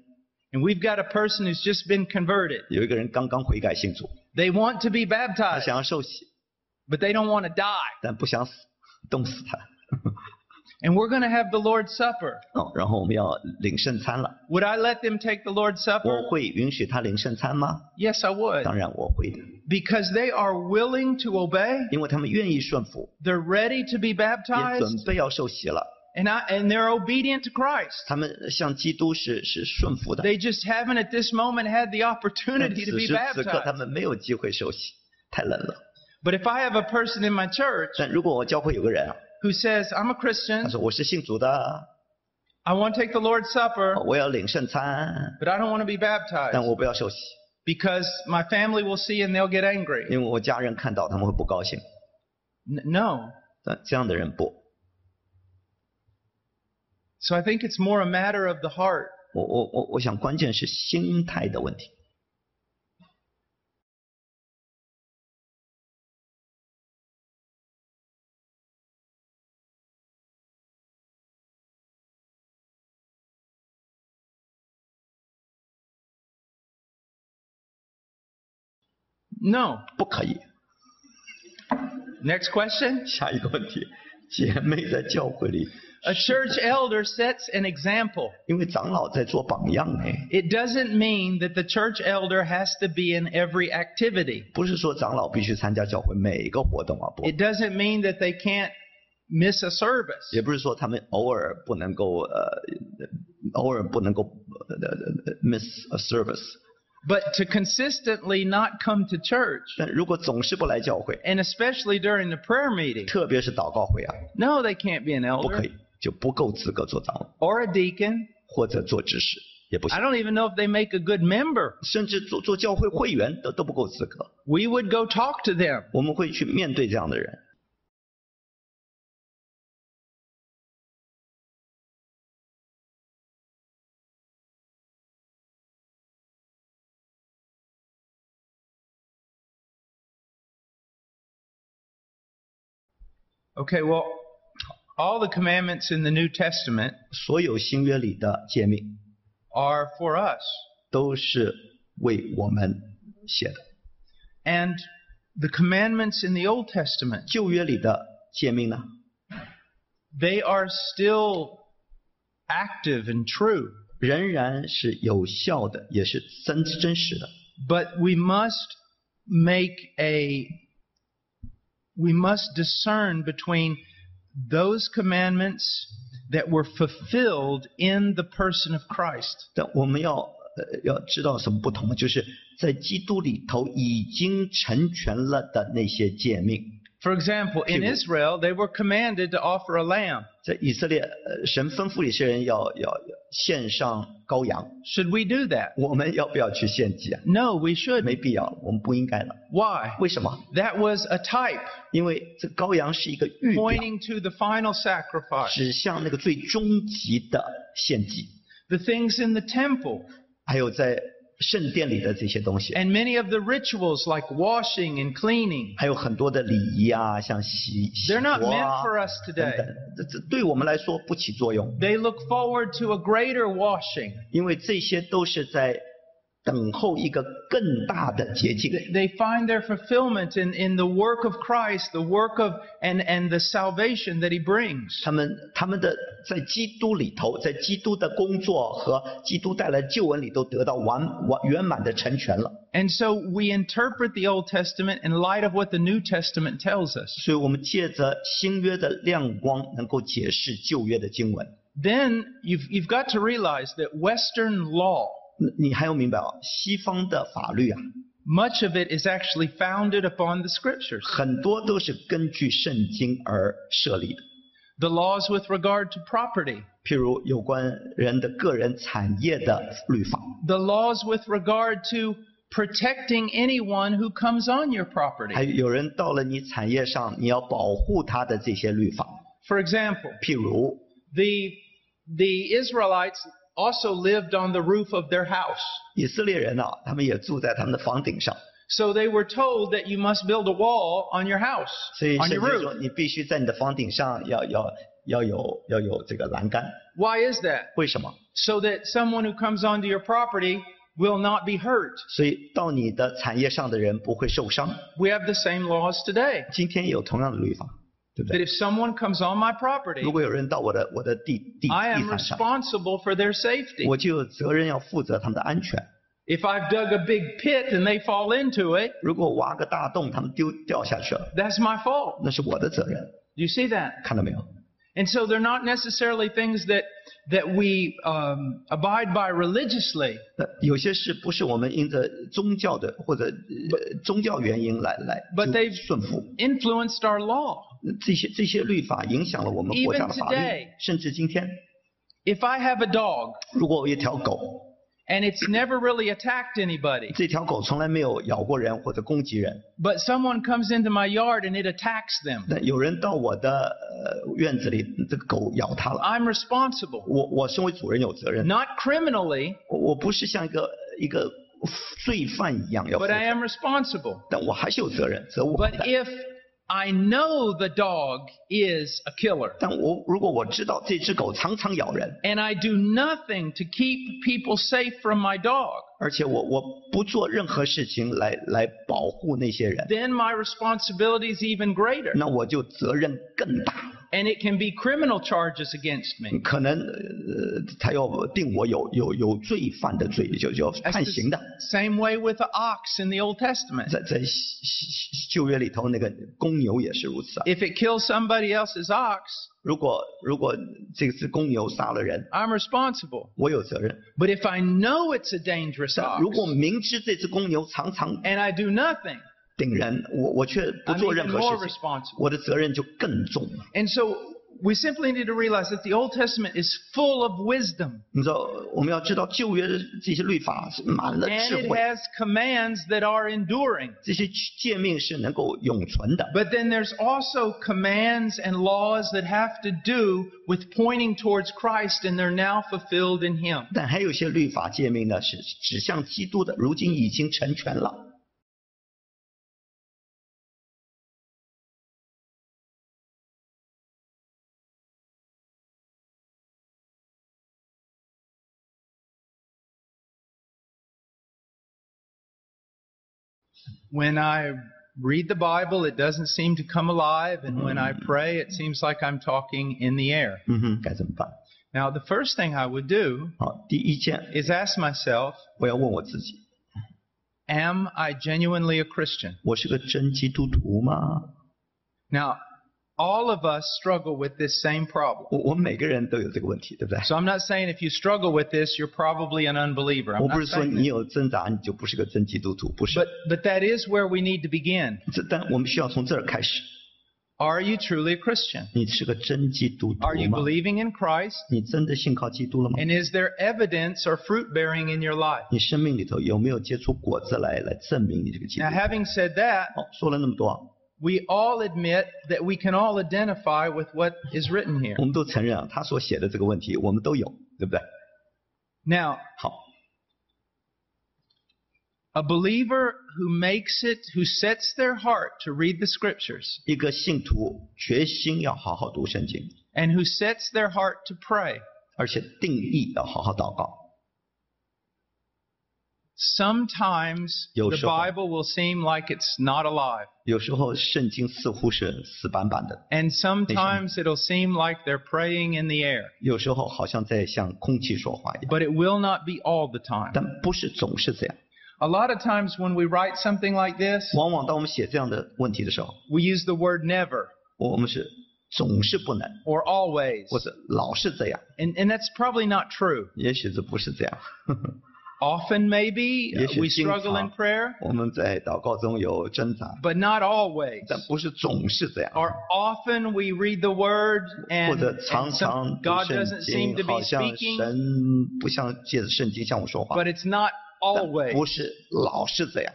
B: and we've got a person who's just been converted.
A: 有一个人刚刚悔改信主，
B: They want to be
A: 他
B: baptized,
A: 想要受洗，
B: but they don't want to die.
A: 但不想死，冻死他。
B: And we're going to have the Lord's Supper.
A: 哦，然后我们要领圣餐了，
B: Would I let them take the Lord's
A: 我
B: Supper?
A: 会允许他领圣餐吗？
B: Yes, I would.
A: 当然我会的，
B: Because they are willing to obey.
A: 因为他们愿意顺服，
B: They're ready to be
A: 也准
B: baptized
A: 备要受洗了。
B: and I, and they're obedient to Christ.
A: 他们向基督是是顺服的。
B: They just haven't at this moment had the
A: 但
B: opportunity
A: 此
B: to be
A: 时此刻，他
B: baptized.
A: 们没有机会受洗，太冷了。
B: But if I have a person in my church
A: 但如果我教会有个人啊，
B: who says, I'm
A: 他
B: a Christian,
A: 说我是信主的，啊
B: I want to take the Lord's Supper,
A: 我要领圣餐，
B: but I don't want to be
A: 但
B: baptized
A: 我不要受洗，
B: because my family will see and they'll get angry.
A: 因为我家人看到他们会不高兴。
B: N- no.
A: 但这样的人不，
B: So I think it's more a matter of the heart.
A: 我我我我想关键是心态的问题。
B: No.
A: 不可以。
B: Next question.
A: 下一个问题，姐妹在教会里，
B: A church elder sets an example.
A: 因为长老在做榜样哎，
B: It doesn't mean that the church elder has to be in every activity.
A: 不是说长老必须参加教会每一个活动啊，不
B: It doesn't mean that they can't miss a service.
A: 也不是说他们偶尔不能够呃，偶尔不能够呃呃 miss a service，
B: But to consistently not come to church,
A: 但如果总是不来教会，
B: and especially during the prayer meeting,
A: 特别是祷告会啊，
B: no, they can't be an
A: 不可
B: elder
A: 以，就不够资格做长老
B: or a deacon.
A: 或者做执事也不行
B: I，don't even know if they make a good member.
A: 甚至做做教会会员都都不够资格。
B: We would go talk to them.
A: 我们会去面对这样的人，
B: Okay, well, all the commandments in the New Testament
A: 所有新约里的诫命
B: are for us.
A: 都是为我们写的，
B: And the commandments in the Old Testament,
A: 旧约里的诫命呢，
B: they are still active and true,
A: 仍然是有效的，也是真真实的。
B: but we must make a we must discern between those commandments that were fulfilled in the person of Christ
A: 但我们要呃要知道什么不同，就是在基督里头已经成全了的那些诫命，
B: For example, in
A: People.
B: Israel, they were commanded to offer a lamb.
A: 在以色列，呃神吩咐以色列人要要要献上羔羊，
B: Should we do that?
A: 我们要不要去献祭啊？
B: No, we
A: 没
B: shouldn't.
A: 必要，我们不应该的。
B: Why?
A: 为什么？
B: That was a type
A: 因为这羔羊是一个预表，
B: pointing to the final sacrifice.
A: 指向那个最终极的献祭，
B: The things in the temple
A: 还有在圣殿里的这些东西，
B: and many of the rituals like washing and cleaning,
A: 还有很多的礼仪啊，像洗洗
B: they're not
A: 濯
B: meant
A: 啊
B: for us
A: 等
B: today.
A: 等，这这对我们来说不起作用。
B: They look forward to a greater washing.
A: 因为这些都是在等候一个更大的捷径。
B: They- They find their fulfillment in, in the work of Christ, the work of and, and the salvation that he brings.
A: 他们他们的在基督里头，在基督的工作和基督带来的救恩里都得到完完圆满的成全了。
B: And so we interpret the Old Testament in light of what the New Testament tells us.
A: 所以，我们借着新约的亮光，能够解释旧约的经文。
B: Then you've, you've got to realize that Western law,
A: 你你还要明白哦，西方的法律啊，
B: much of it is actually founded upon the scriptures.
A: 很多都是根据圣经而设立的，
B: The laws with regard to property,
A: 譬如有关人的个人产业的律法，
B: the laws with regard to protecting anyone who comes on your
A: 还
B: property.
A: 有人到了你产业上，你要保护他的这些律法，
B: For example,
A: 譬如
B: the, the Israelites also lived on the roof of their house.
A: 以色列人啊，他们也住在他们的房顶上，
B: So they were told that you must build a wall on your house,
A: 所以圣
B: on
A: 经
B: your roof.
A: 说你必须在你的房顶上要要要有要有这个栏杆，
B: Why is that?
A: 为什么？
B: so that someone who comes onto your property will not be hurt.
A: 所以到你的产业上的人不会受伤。
B: We have the same laws today
A: 今天也有同样的律法，对不
B: that
A: 对？
B: if someone comes on my property,
A: 如果有人到我的我的地地地
B: I am
A: 产上，
B: responsible for their safety.
A: 我就有责任要负责他们的安全。
B: If I've dug a big pit and they fall into it,
A: 如果我挖个大洞，他们丢掉下去了，
B: that's my fault.
A: 那是我的责任，
B: Do you see that?
A: 看到没有？
B: And so they're not necessarily things that that we um, abide by religiously,
A: 那有些事不是我们因着宗教的或者呃宗教原因来来
B: But they-
A: 顺服，
B: influenced our law.
A: 这些这些律法影响了我们国家的法
B: Even today
A: 律，甚至今天，
B: If I have a dog
A: 如果有一条狗，
B: and it's never really attacked anybody,
A: 这条狗从来没有咬过人或者攻击人，
B: but someone comes into my yard and it attacks them,
A: 那有人到我的呃院子里，这个狗咬它了，
B: I'm responsible.
A: 我我身为主人有责任，
B: not criminally,
A: 我我不是像一个一个罪犯一样要负
B: but I
A: 责，
B: am responsible.
A: 但我还是有责任，责无旁
B: But
A: 贷。
B: if I know the dog is a killer
A: 但我如果我知道这只狗常常咬人，
B: and I do nothing to keep people safe from my dog,
A: 而且我我不做任何事情来来保护那些人，
B: then my responsibility is even greater.
A: 那我就责任更大。
B: and it can be criminal charges against me.
A: 可能呃他要定我有有有罪犯的罪，就就
B: That's
A: 判刑的。
B: the same way with the ox in the Old Testament.
A: 在在西西西旧约里头，那个公牛也是如此啊。
B: If it kills somebody else's ox,
A: 如果如果这只公牛杀了人，
B: I'm responsible.
A: 我有责任。
B: But if I know it's a dangerous
A: 但
B: ox
A: 如果明知这只公牛常常
B: and I do nothing,
A: 顶人，我我却不
B: I'm
A: 做任
B: even
A: 何
B: more
A: 事情，
B: responsible.
A: 我的责任就更重了。
B: And so we simply need to realize that the Old Testament is full of wisdom
A: 你知道，我们要知道旧约的这些律法是满了
B: and
A: 智
B: it
A: 慧，
B: has commands that are enduring.
A: 这些诫命是能够永存的。
B: But then there's also commands and laws that have to do with pointing towards Christ and they're now fulfilled in Him.
A: 但还有一些律法诫命呢，是指向基督的，如今已经成全了。
B: When I read the Bible, it doesn't seem to come alive. And when I pray, it seems like I'm talking in the air.
A: 嗯哼，该怎么办？
B: Now, the first thing I would do
A: 好，第一件，
B: is ask myself,
A: 我要问我自己：
B: am I genuinely a Christian?
A: 我是个真基督徒吗？
B: Now, all of us struggle with this same problem.
A: 我我们每个人都有这个问题，对不对？
B: So I'm not saying if you struggle with this, you're probably an unbeliever.
A: 我
B: I'm
A: 不
B: not
A: 是说
B: saying
A: 你
B: that.
A: 有挣扎，你就不是个真基督徒，不是
B: But,。but that is where we need to begin.
A: 这但我们需要从这儿开始。
B: Are you truly a Christian?
A: 你是个真基督徒
B: Are you
A: 吗？
B: believing in Christ?
A: 你真的信靠基督了吗？
B: And is there evidence or fruit bearing in your life?
A: 你生命里头有没有结出果子来，来证明你这个基督
B: Now,
A: 徒？
B: having said that,
A: 好，说了那么多啊，
B: we all admit that we can all identify with what is written here.
A: 我们都承认啊，他所写的这个问题，我们都有，对不对？
B: Now,
A: 好，
B: a believer who makes it, who sets their heart to read the scriptures,
A: 一个信徒决心要好好读圣经，
B: and who sets their heart to pray,
A: 而且定义要好好祷告。
B: sometimes the
A: 有时候。
B: Bible will seem like it's not alive.
A: 有时候圣经似乎是死板板的，
B: And sometimes it'll seem like they're praying in the air.
A: 有时候好像在向空气说话一样，
B: But it will not be all the time.
A: 但不是总是这样。
B: A lot of times when we write something like this,
A: 往往当我们写这样的问题的时候，
B: we use the word never
A: 我们是总是不能，
B: or always.
A: 或者老是这样，
B: And, and that's probably not true.
A: 也许这不是这样。
B: Often, maybe uh, we
A: 也许经常。
B: struggle in prayer,
A: 我们在祷告中有挣扎，
B: but not always.
A: 但不是总是这样。
B: Or often we read the word and,
A: 或者
B: and
A: 常
B: some-
A: 常读
B: God
A: 圣
B: doesn't seem to
A: 经，
B: be
A: 好像
B: speaking,
A: 神不像借着圣经向我说话
B: but，it's not
A: 但
B: always.
A: 不是老是这样，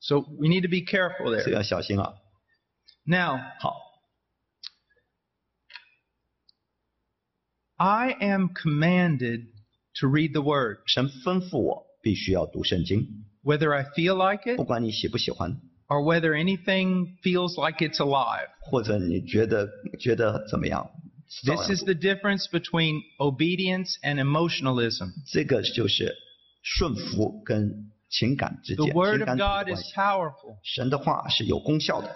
B: So we need to be careful
A: 所以
B: there.
A: 要小心啊。
B: Now,
A: 好，
B: I am commanded to read the word,
A: 神吩咐我必须要读圣经，
B: whether I feel like it
A: 不管你喜不喜欢，
B: or whether anything feels like it's alive.
A: 或者你觉得觉得怎么样，照
B: This
A: 样
B: is
A: 读
B: the difference between obedience and emotionalism.
A: 这个就是顺服跟情感之间
B: The
A: 情
B: Word
A: 感
B: of
A: 主的
B: God
A: 关
B: is
A: 系。
B: powerful.
A: 神的话是有功效的。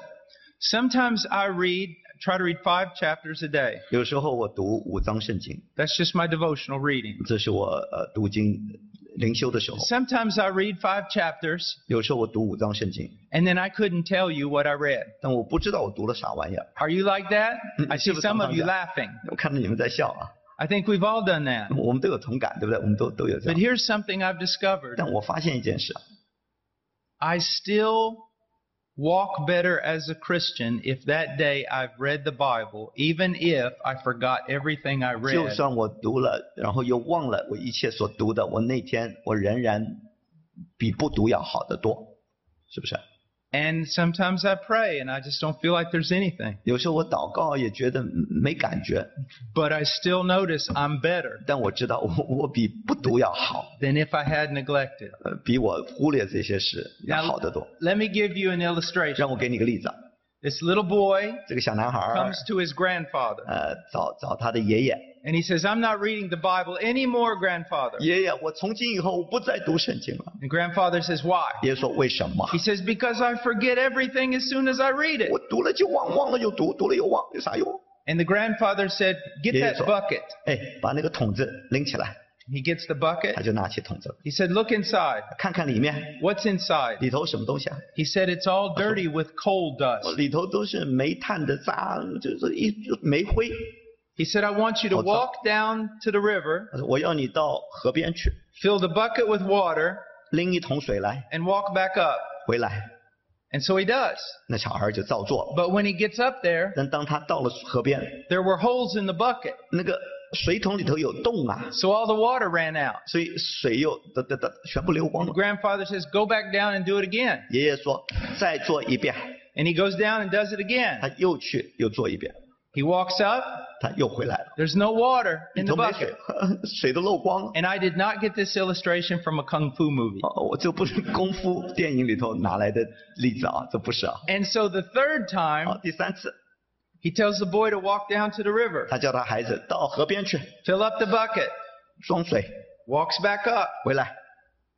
B: Sometimes I read, try to read five chapters a day.
A: 有时候我读五章圣经，
B: That's just my devotional reading.
A: 这是我呃读经灵修的时候。
B: Sometimes I read five chapters
A: 有时候我读五章圣经，
B: and then I couldn't tell you what I read.
A: 但我不知道我读了啥玩意儿。
B: Are you like that?
A: Mm,
B: I see some of you laughing.
A: 我看到你们在笑啊，
B: I think we've all done that.
A: 我们都有同感，对不对？我们都都有这
B: But
A: 样。
B: here's something I've discovered
A: 但我发现一件事啊，
B: I still walk better as a Christian if that day I've read the Bible, even if I forgot everything I
A: 就
B: read.
A: 算我读了，然后又忘了我一切所读的，我那天我仍然比不读要好得多，是不是？
B: And sometimes I pray and I just don't feel like there's anything.
A: 有时候我祷告也觉得没感觉，
B: But I still notice I'm better
A: 但我知道我我比不读要好，
B: than if I had neglected.
A: 呃，比我忽略这些事要好得多。
B: Let me give you an illustration.
A: 让我给你个例子啊，
B: This little boy
A: 这个小男孩儿
B: comes to his grandfather
A: 呃，找找他的爷爷，
B: and he says, I'm not reading the Bible anymore, grandfather.
A: 爷爷，我从今以后我不再读圣经了。
B: And grandfather says, Why?
A: 爷爷说为什么？
B: He says, Because I forget everything as soon as I read it.
A: 我读了就忘，忘了又读，读了又忘，有啥用？
B: And the grandfather said, Get
A: Yes,
B: that
A: sir.
B: bucket.
A: 哎，把那个桶子拎起来，
B: He gets the bucket.
A: 他就拿起桶子，
B: He said, Look inside.
A: 看看里面
B: What's inside?
A: 里头什么东西啊？
B: He said, It's all dirty with coal dust.
A: 里头都是煤炭的渣，就是一煤灰。
B: He said, I want you to
A: What's that?
B: walk down to the river,
A: 他说我要你到河边去，
B: fill the bucket with water,
A: 拎一桶水来，
B: and walk back up.
A: 回来。
B: And so he does.
A: 那小孩就照做。
B: But when he gets up there,
A: 但当他到了河边，
B: there were holes in the bucket.
A: 那个水桶里头有洞啊，
B: So all the water ran out.
A: 所以水又得得得全部流光
B: The
A: 了。
B: grandfather says, Go back down and do it again.
A: 爷爷说再做一遍，
B: And he goes down and does it
A: 他
B: again.
A: 又去又做一遍，
B: He walks up. 他
A: 他又回来了，
B: There's no water
A: 里
B: in
A: 头
B: the
A: 没水
B: bucket.，
A: 水都漏光了。
B: And I did not get this illustration from a kung fu movie.
A: 哦，我这不是功夫电影里头拿来的例子啊，这不是啊。
B: And so the third
A: 好，
B: time,
A: 第三次，
B: he tells the boy to walk down to the river,
A: 他叫他孩子到河边去
B: fill up the bucket,
A: 装水，
B: walks back up.
A: 回来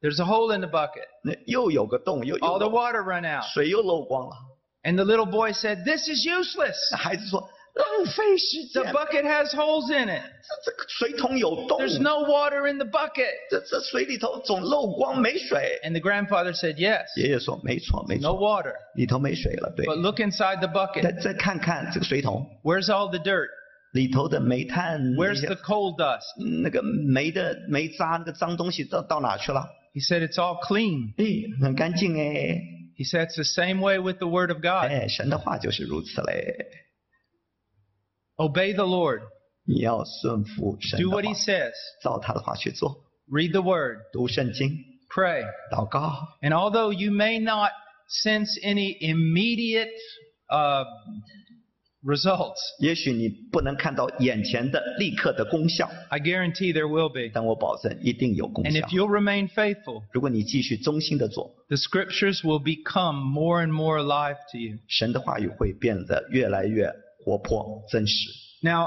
B: There's a hole in the bucket.
A: 那又有个洞，又
B: All
A: 又
B: the
A: 漏
B: water run out.
A: 水又漏光了。
B: And the little boy said, This is
A: 那
B: useless.
A: 孩子说浪费时间
B: The，bucket has holes in it.
A: 这这个水桶有洞，
B: There's no water in the bucket.
A: 这这水里头总漏光没水。
B: And the grandfather said, Yes,
A: 爷爷说没错没
B: no
A: 错，
B: water.
A: 里头没水了，对。
B: But look inside the
A: 再
B: bucket.
A: 再看看这个水桶
B: Where's all the dirt?
A: 里头的煤炭，那
B: Where's
A: 些
B: the coal dust?
A: 那个煤的煤渣那个脏东西到到哪去了？
B: He said, It's all clean.
A: 咦，很干净哎，
B: He said, It's the same way with the word of God.
A: 哎，神的话就是如此嘞。
B: Obey the Lord,
A: 你要顺服神的
B: do
A: 话
B: what he says,
A: 照他的话去做，
B: read the word,
A: 读圣经，
B: pray.
A: 祷告。
B: And although you may not sense any immediate uh, results,
A: 也许你不能看到眼前的立刻的功效，
B: I guarantee there will be.
A: 但我保证一定有功
B: And
A: 效
B: if。you'll remain faithful,
A: 如果你继续忠心的做，
B: the scriptures will become more and more alive to you.
A: 神的话语会变得越来越活泼真实。
B: Now,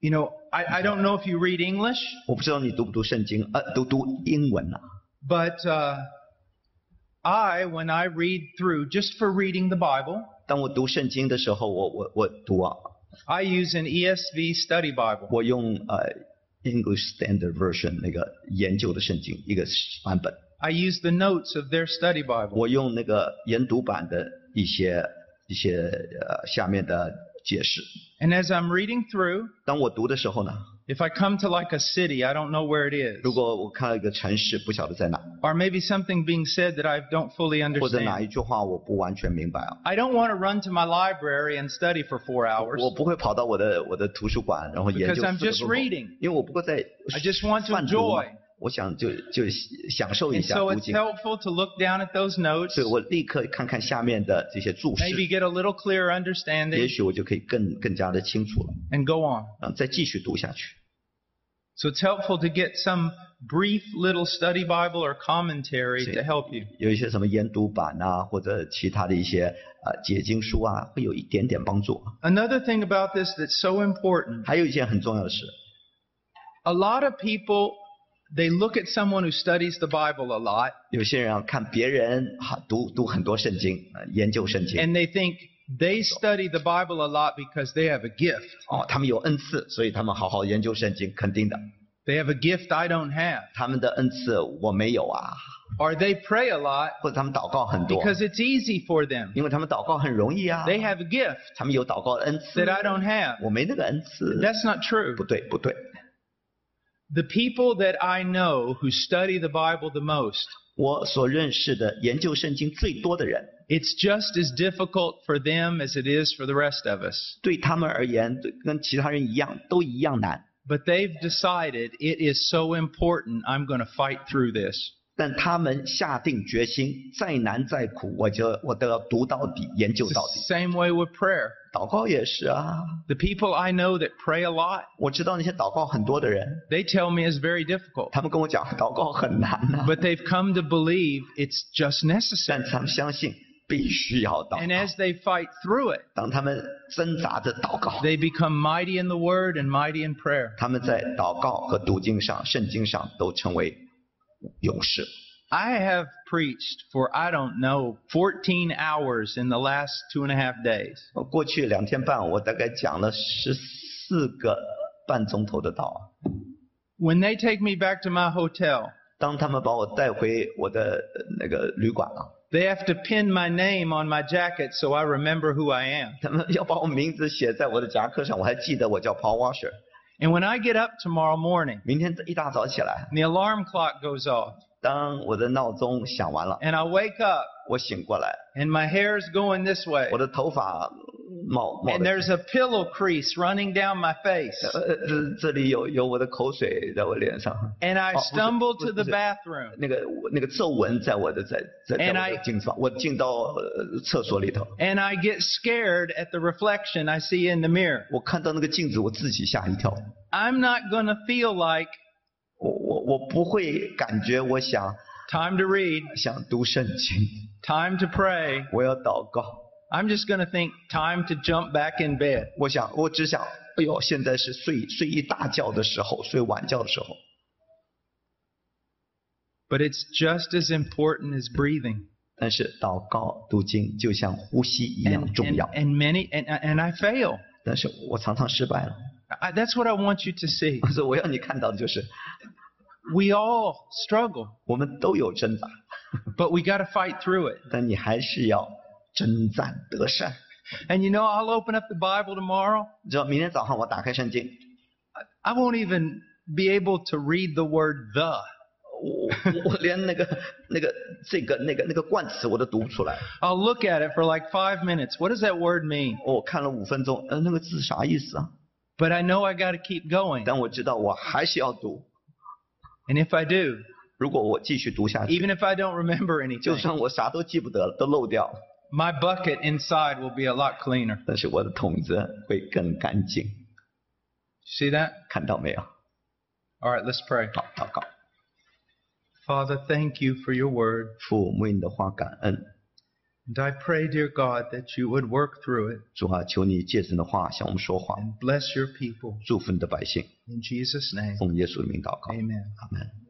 B: you know, I, I don't know if you read English,
A: 我不知道你读不读圣经，呃，读读英文呐、
B: but uh, I, when I read through, just for reading the Bible,
A: 当我读圣经的时候，我我我读啊，
B: I use an ESV study Bible.
A: 我用呃 English Standard Version 那个研究的圣经一个版本，
B: I use the notes of their study Bible.
A: 我用那个研读版的一些一些呃下面的解释。
B: And as I'm reading through,
A: 当我读的时候呢，
B: if I come to like a city, I don't know where it is,
A: 如果我看到一个城市不晓得在哪，
B: or maybe something being said that I don't fully
A: 或者哪
B: understand,
A: 一句话我不完全明白啊，
B: I don't want to run to my library and study for four hours.
A: 我不会跑到我的我的图书馆然后研
B: Because
A: 究
B: I'm
A: 四个
B: just
A: 钟头
B: reading.
A: 因为我不过在
B: I just want to
A: 泛读嘛
B: enjoy.
A: 我想就就享受一
B: And
A: 下
B: so
A: 读
B: it's
A: 经，
B: helpful to look down at those notes,
A: 所以我立刻看看下面的这些注释，
B: maybe get a little clearer
A: 也
B: understanding,
A: 许我就可以更更加的清楚了，
B: and go on.
A: 啊，再继续读下去。
B: So it's helpful to get some brief little study Bible or commentary
A: Sí.
B: to help you.
A: 有一些什么研读版啊，或者其他的一些呃解经书啊，会有一点点帮助。啊
B: Another thing about this that's so important
A: 还有一件很重要的事，
B: a lot of people, they look at someone who studies the Bible a lot
A: 有些人啊看别人哈、读读很多圣经，呃研究圣经，
B: and they think they study the Bible a lot because they have a gift.
A: 哦，他们有恩赐，所以他们好好研究圣经，肯定的。
B: They have a gift I don't have.
A: 他们的恩赐我没有啊，
B: Or they pray a lot
A: 或者他们祷告很多，
B: because it's easy for them.
A: 因为他们祷告很容易啊，
B: They have a gift
A: 他们有祷告的恩赐
B: that，I don't have.
A: 我没那个恩赐，
B: That's not true.
A: 不对不对，
B: The people that I know who study the Bible the most,
A: 我所认识的研究圣经最多的人，
B: it's just as difficult for them as it is for the rest of us.
A: 对他们而言，对跟其他人一样，都一样难。
B: But they've decided it is so important, I'm going to fight through this.
A: 但他们下定决心，再难再苦，我就我都要读到底，研究
B: It's
A: 到
B: the
A: 底。
B: same way with prayer.
A: 祷告也是啊，
B: The people I know that pray a lot,
A: 我知道那些祷告很多的人，
B: they tell me it's very difficult.
A: 他们跟我讲 祷告很难呐、
B: But they've come to believe it's just
A: 但
B: necessary.
A: 他们相信必须要祷
B: And
A: 告。
B: as they fight through it,
A: 当他们挣扎着祷告，
B: they become mighty in the word and mighty in prayer.
A: 他们在祷告和读经上、圣经上都成为勇士。
B: I have preached for, I don't know, 14 hours in the last two and a half days.
A: 我呃过去两天半，我大概讲了十四个半钟头的道啊。
B: When they take me back to my hotel,
A: 当他们把我带回我的呃那个旅馆啊，
B: they have to pin my name on my jacket so I remember who I am.
A: 他们要把我名字写在我的夹克上，我还记得我叫 Paul Washer。
B: And when I get up tomorrow morning,
A: 明天一大早起来，
B: and the alarm clock goes off,
A: 当我的闹钟响完了，
B: and I wake up,
A: 我醒过来，
B: and my hair's going this way,
A: 我的头发冒冒
B: and
A: 的，
B: there's a pillow crease running down my face,
A: 呃，这这里有有我的口水在我脸上，
B: and I
A: Oh, was it-
B: stumble
A: was
B: to
A: it-
B: the
A: was it-
B: bathroom,
A: 那个那个皱纹在我的在在在
B: And
A: 我
B: I-
A: 的镜子上，我进到呃厕所里头，
B: and I get scared at the reflection I see in the mirror.
A: 我看到那个镜子，我自己吓一跳。
B: I'm not going to feel like
A: 我我我不会感觉我想
B: time to read,
A: 想读圣经，
B: time to pray.
A: 我要祷告，
B: I'm just going to think time to jump back in bed.
A: 我想我只想，哎呦，现在是睡睡一大觉的时候，睡晚觉的时候。
B: But it's just as important as breathing.
A: 但是祷告读经就像呼吸一
B: And,
A: 样重
B: and,
A: 要。
B: and many, and, and I fail.
A: 但是我常常失败了，
B: I, that's what I want you to see.
A: 所以我要你看到的就是，
B: We all struggle,
A: 我们都有挣扎，
B: but we got to fight through it.
A: 但你还是要征战得胜。
B: And you know, I'll open up the Bible tomorrow.
A: 你知道，明天早上我打开圣经，
B: I won't even be able to read the word the.
A: 我我我连那个那个这个那个那个冠词我都读不出来。
B: I'll look at it for like five minutes. What does that word mean?
A: 我看了五分钟，呃，那个字啥意思啊？
B: But I know I got to keep going.
A: 但我知道我还是要读。
B: And if I do,
A: 如果我继续读下去，
B: even if I don't remember
A: 就
B: anything,
A: 算我啥都记不得了，都漏掉，
B: my bucket inside will be a lot cleaner.
A: 但是我的桶子会更干净。
B: See that?
A: 看到没有？
B: All right, let's pray.
A: 好，祷告。
B: Father, thank you for your word.
A: 父，我们为你的话感恩。
B: And I pray, dear God, that you would work through it
A: 主啊，求你借着你的话向我们说话，
B: and bless your people.
A: 祝福你的百姓。
B: In Jesus' name,
A: 奉耶稣的名祷告，
B: amen.
A: 阿门。